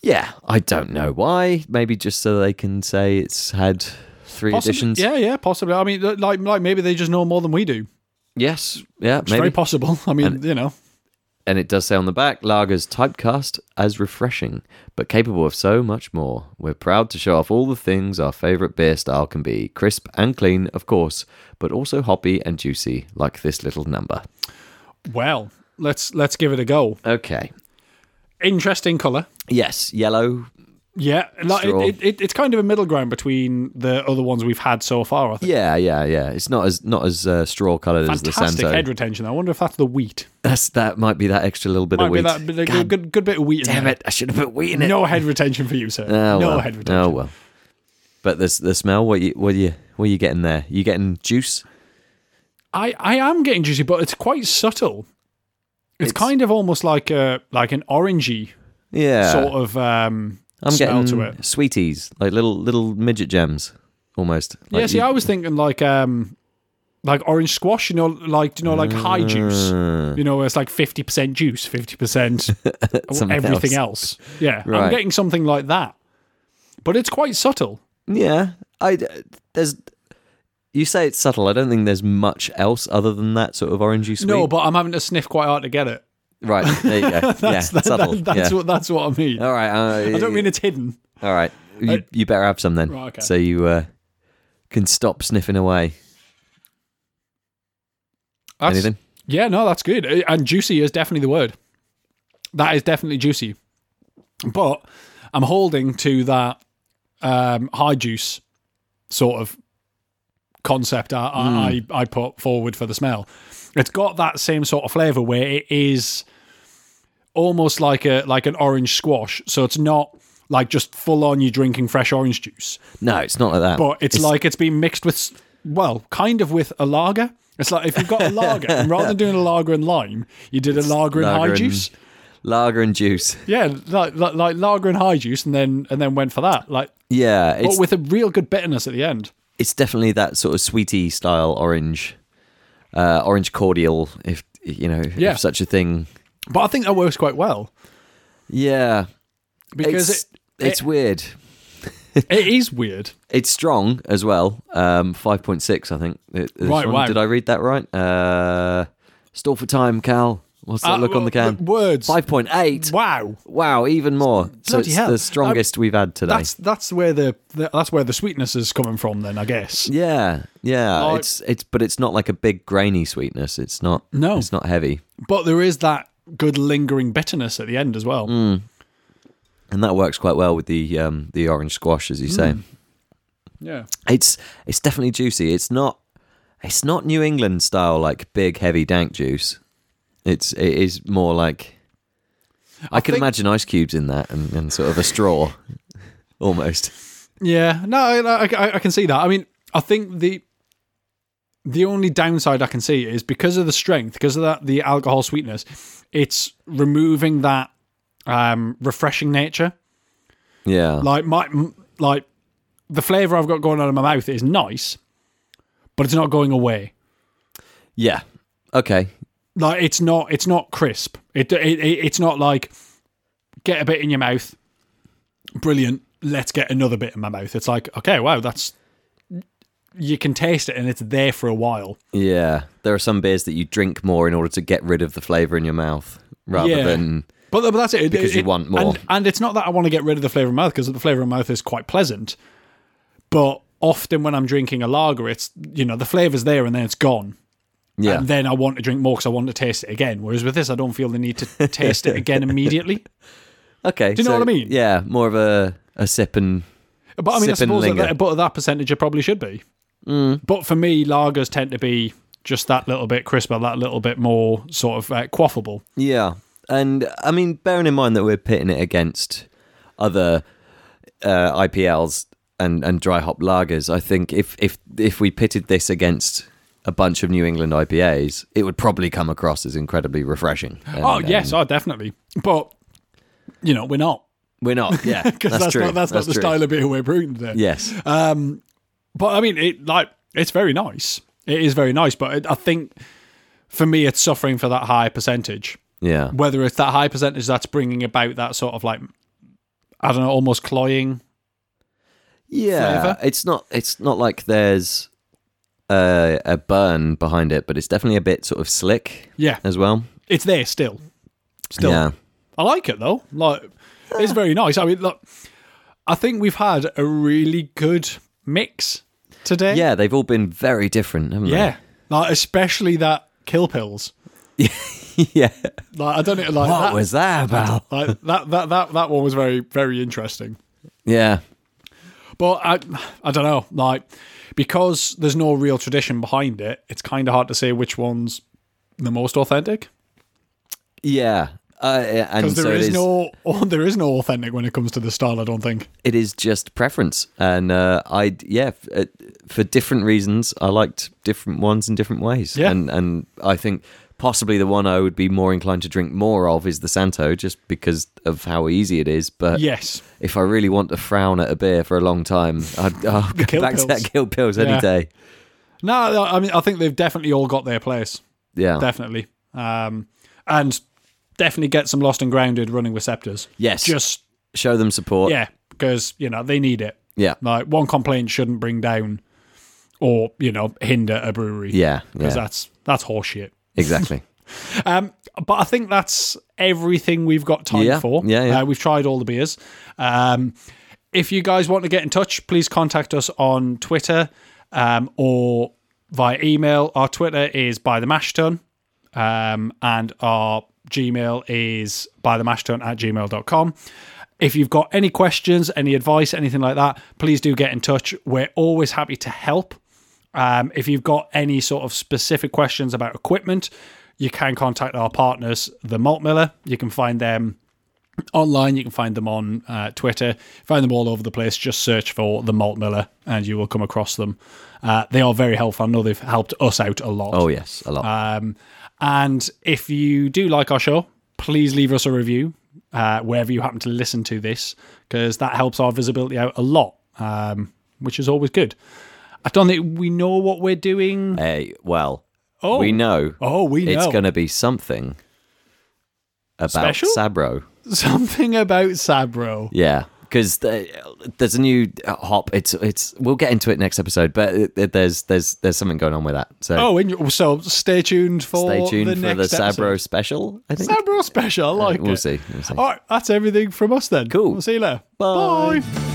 S1: Yeah, I don't know why. Maybe just so they can say it's had three
S2: Possibly-
S1: editions.
S2: Yeah, yeah, possibly. I mean, like, like maybe they just know more than we do.
S1: Yes. Yeah.
S2: It's very
S1: Maybe.
S2: possible. I mean, you know,
S1: and it does say on the back, lagers typecast as refreshing, but capable of so much more. We're proud to show off all the things our favorite beer style can be: crisp and clean, of course, but also hoppy and juicy, like this little number.
S2: well, let's let's give it a go.
S1: Okay.
S2: Interesting color.
S1: Yes, yellow.
S2: Yeah, like it,
S1: Straw.
S2: it, it, it's kind of a middle ground between the other ones we've had so far. I think.
S1: Yeah, yeah, yeah. It's not as not as uh, straw coloured as the
S2: Fantastic
S1: Santo.
S2: head retention. I wonder if that's the wheat.
S1: That's that might be that extra little bit
S2: Might
S1: of wheat.
S2: be that bit, a good, good, good bit of wheat in
S1: Damn
S2: there.
S1: it! I should have put wheat in it.
S2: No head retention for you, sir.
S1: Oh,
S2: no
S1: well.
S2: head retention.
S1: Oh well. But the the smell. What you what you what you getting there? You getting juice?
S2: I, I am getting juicy, but it's quite subtle. It's,
S1: It's-
S2: kind of almost like a like an orangey
S1: Yeah.
S2: sort of um,
S1: I'm
S2: smell
S1: getting
S2: to it.
S1: sweeties, like little little midget gems, almost. Like
S2: yeah, see,
S1: you-
S2: I was thinking like um, like orange squash. You know, like you know, like high juice.
S1: Uh,
S2: You know, where it's like fifty percent juice, fifty percent
S1: Something
S2: everything else. Yeah,
S1: Right.
S2: I'm getting something like that, but it's quite subtle.
S1: yeah. I there's. You say it's subtle. I don't think there's much else other than that sort of orangey sweet.
S2: No, but I'm having to sniff quite hard to get it.
S1: right there you go. yeah,
S2: That-
S1: subtle.
S2: that- that's
S1: yeah.
S2: what that's what I mean.
S1: All right.
S2: I don't mean it's hidden.
S1: All right. You, you better have some then,
S2: Right, okay.
S1: so you uh, can stop sniffing away.
S2: That's-
S1: Anything?
S2: Yeah, no, that's good. Uh, And juicy is definitely the word. That is definitely juicy. But I'm holding to that um, high juice sort of concept I, I I, I put forward for the smell. It's got that same sort of flavour where it is almost like a like an orange squash. So it's not like just full on you drinking fresh orange juice
S1: No, it's not like that.
S2: but it's, like it's been mixed with well, kind of with a lager. It's like if you've got a lager, and rather than doing a lager and lime, you did a lager and
S1: lager
S2: high
S1: and-
S2: juice.
S1: lager and juice.
S2: Yeah, like, like like lager and high juice, and then and then went for that. Like,
S1: Yeah, it's
S2: but with a real good bitterness at the end.
S1: it's definitely that sort of sweetie style orange, uh, orange cordial, if you know,
S2: Yeah.
S1: if such a thing.
S2: But I think that works quite well
S1: Yeah,
S2: because
S1: it's,
S2: it,
S1: it's weird.
S2: it is weird.
S1: It's strong as well. Um, five point six, I think. Th- this
S2: Right,
S1: one.
S2: wow.
S1: Did I read that right? Uh, stall for time, Cal. What's that
S2: Uh,
S1: look on the
S2: w-
S1: can?
S2: Words.
S1: Five point eight.
S2: Wow,
S1: Wow, even more. So
S2: Bloody
S1: it's
S2: hell.
S1: the strongest we've had today.
S2: that's that's where the, the that's where the sweetness is coming from. Then I guess.
S1: Yeah, yeah.
S2: Like-
S1: it's it's, but it's not like a big grainy sweetness. It's not.
S2: No.
S1: it's not heavy,
S2: But there is that good lingering bitterness at the end as well.
S1: Mm. and that works quite well with the um the orange squash, as you say.
S2: Hmm. Yeah.
S1: It's it's definitely juicy. It's not it's not New England style like big heavy dank juice. It's it is more like I, can
S2: think-
S1: imagine ice cubes in that and, and sort of a straw almost.
S2: Yeah, no, I, I, I can see that. I mean, I think the the only downside I can see is because of the strength, because of that the alcohol sweetness, it's removing that um, refreshing nature.
S1: Yeah.
S2: Like my m- like the flavor I've got going on in my mouth is nice, but it's not going away.
S1: yeah. Okay.
S2: Like it's not it's not crisp. It, it, it it's not like get a bit in your mouth. Brilliant. Let's get another bit in my mouth. It's like okay, wow, that's you can taste it and it's there for a while.
S1: Yeah. There are some beers that you drink more in order to get rid of the flavour in your mouth rather
S2: Yeah.
S1: than.
S2: But, but that's it. It-
S1: Because you
S2: it-
S1: want more.
S2: And, and it's not that I want to get rid of the flavour of mouth because the flavour of mouth is quite pleasant. But often when I'm drinking a lager, it's, you know, the flavour's there and then it's gone.
S1: Yeah.
S2: And then I want to drink more because I want to taste it again. Whereas with this, I don't feel the need to taste it again immediately.
S1: okay. Do
S2: you know what I mean?
S1: Yeah. More of a, a sip and.
S2: But I mean, I
S1: Sip and
S2: suppose that,
S1: linger. Mm.
S2: that, but at that percentage, it probably should be. But for me, lagers tend to be just that little bit crisper, that little bit more sort of uh, quaffable.
S1: Yeah. And I mean, bearing in mind that we're pitting it against other uh, IPLs and, and dry hop lagers, I think if, if if we pitted this against a bunch of New England IPAs, it would probably come across as incredibly refreshing. And,
S2: Oh,
S1: um,
S2: yes, oh, definitely. But, you know, we're not.
S1: we're not. Yeah,
S2: Because that's,
S1: true.
S2: not that's, not the
S1: true.
S2: style of Uh, beer we're brewing today.
S1: Yes.
S2: But I mean, it like it's very nice. It is very nice, but it, I think for me, it's suffering for that high percentage.
S1: yeah.
S2: Whether it's that high percentage that's bringing about that sort of like I don't know, almost cloying.
S1: Yeah.
S2: flavour?
S1: It's not. It's not like there's uh, a, a burn behind it, but it's definitely a bit sort of slick
S2: Yeah,
S1: as well.
S2: it's there still. Still,
S1: Yeah.
S2: I like it though. Like it's very nice. I mean, look, I think we've had a really good mix today.
S1: Yeah. They've all been very different, haven't
S2: yeah. Like especially that kill pills.
S1: they? yeah.
S2: Like I don't know. Like
S1: What
S2: that,
S1: was that about?
S2: like that that that that one was very very interesting.
S1: Yeah.
S2: But I, I don't know. Like, because there's no real tradition behind it, it's kind of hard to say which one's the most authentic.
S1: Yeah. Uh, and
S2: Because
S1: so
S2: there
S1: it
S2: is
S1: is,
S2: no, oh, there is no authentic when it comes to the style. I don't think.
S1: it is just preference. And uh, I, yeah, f- uh, for different reasons, I liked different ones in different ways.
S2: Yeah.
S1: And, and I think possibly the one I would be more inclined to drink more of is the Santo just because of how easy it is. But
S2: Yes.
S1: if I really want to frown at a beer for a long time, I'd, I'll go
S2: Kill
S1: back to
S2: Pills.
S1: that Guild Pills
S2: Yeah.
S1: any day.
S2: No, I mean, I think they've definitely all got their place.
S1: Yeah.
S2: Definitely. Um, and definitely get some lost and grounded running with scepters.
S1: Yes.
S2: Just
S1: Show them support.
S2: yeah, because you know they need it.
S1: Yeah.
S2: Like one complaint shouldn't bring down or you know hinder a brewery.
S1: Yeah.
S2: Because
S1: yeah.
S2: that's that's horseshit.
S1: Exactly.
S2: Um, but I think that's everything we've got time
S1: Yeah,
S2: for.
S1: yeah, yeah.
S2: Uh, we've tried all the beers. Um, if you guys want to get in touch, please contact us on Twitter um, or via email. Our Twitter is by the mash tun, um, and our Gmail is by the mash tun at gmail.com. If you've got any questions, any advice, anything like that, please do get in touch. We're always happy to help. Um, if you've got any sort of specific questions about equipment, you can contact our partners, the Malt Miller. You can find them online. You can find them on uh, Twitter. Find them all over the place. Just search for the Malt Miller, and you will come across them. Uh, they are very helpful. I know they've helped us out a lot.
S1: Oh, yes. A lot.
S2: Um, and if you do like our show, please leave us a review uh, wherever you happen to listen to this, because that helps our visibility out a lot, um, which is always good. I don't think we know what we're doing.
S1: Hey, well, we know
S2: Oh, we know
S1: it's going to be something about
S2: Special?
S1: Sabro.
S2: something about Sabro.
S1: Yeah, because there's a new uh, hop. It's it's. We'll get into it next episode, but it, it- there's there's there's something going on with that. So
S2: Oh, and you- so stay tuned for
S1: stay tuned
S2: Oh, the
S1: for the
S2: next
S1: Sabro
S2: episode.
S1: special. I think
S2: Sabro special. I like
S1: we'll
S2: it. Oh,
S1: see. We'll see.
S2: All right, that's everything from us then.
S1: Cool.
S2: We'll see you later.
S1: Bye.
S2: Bye.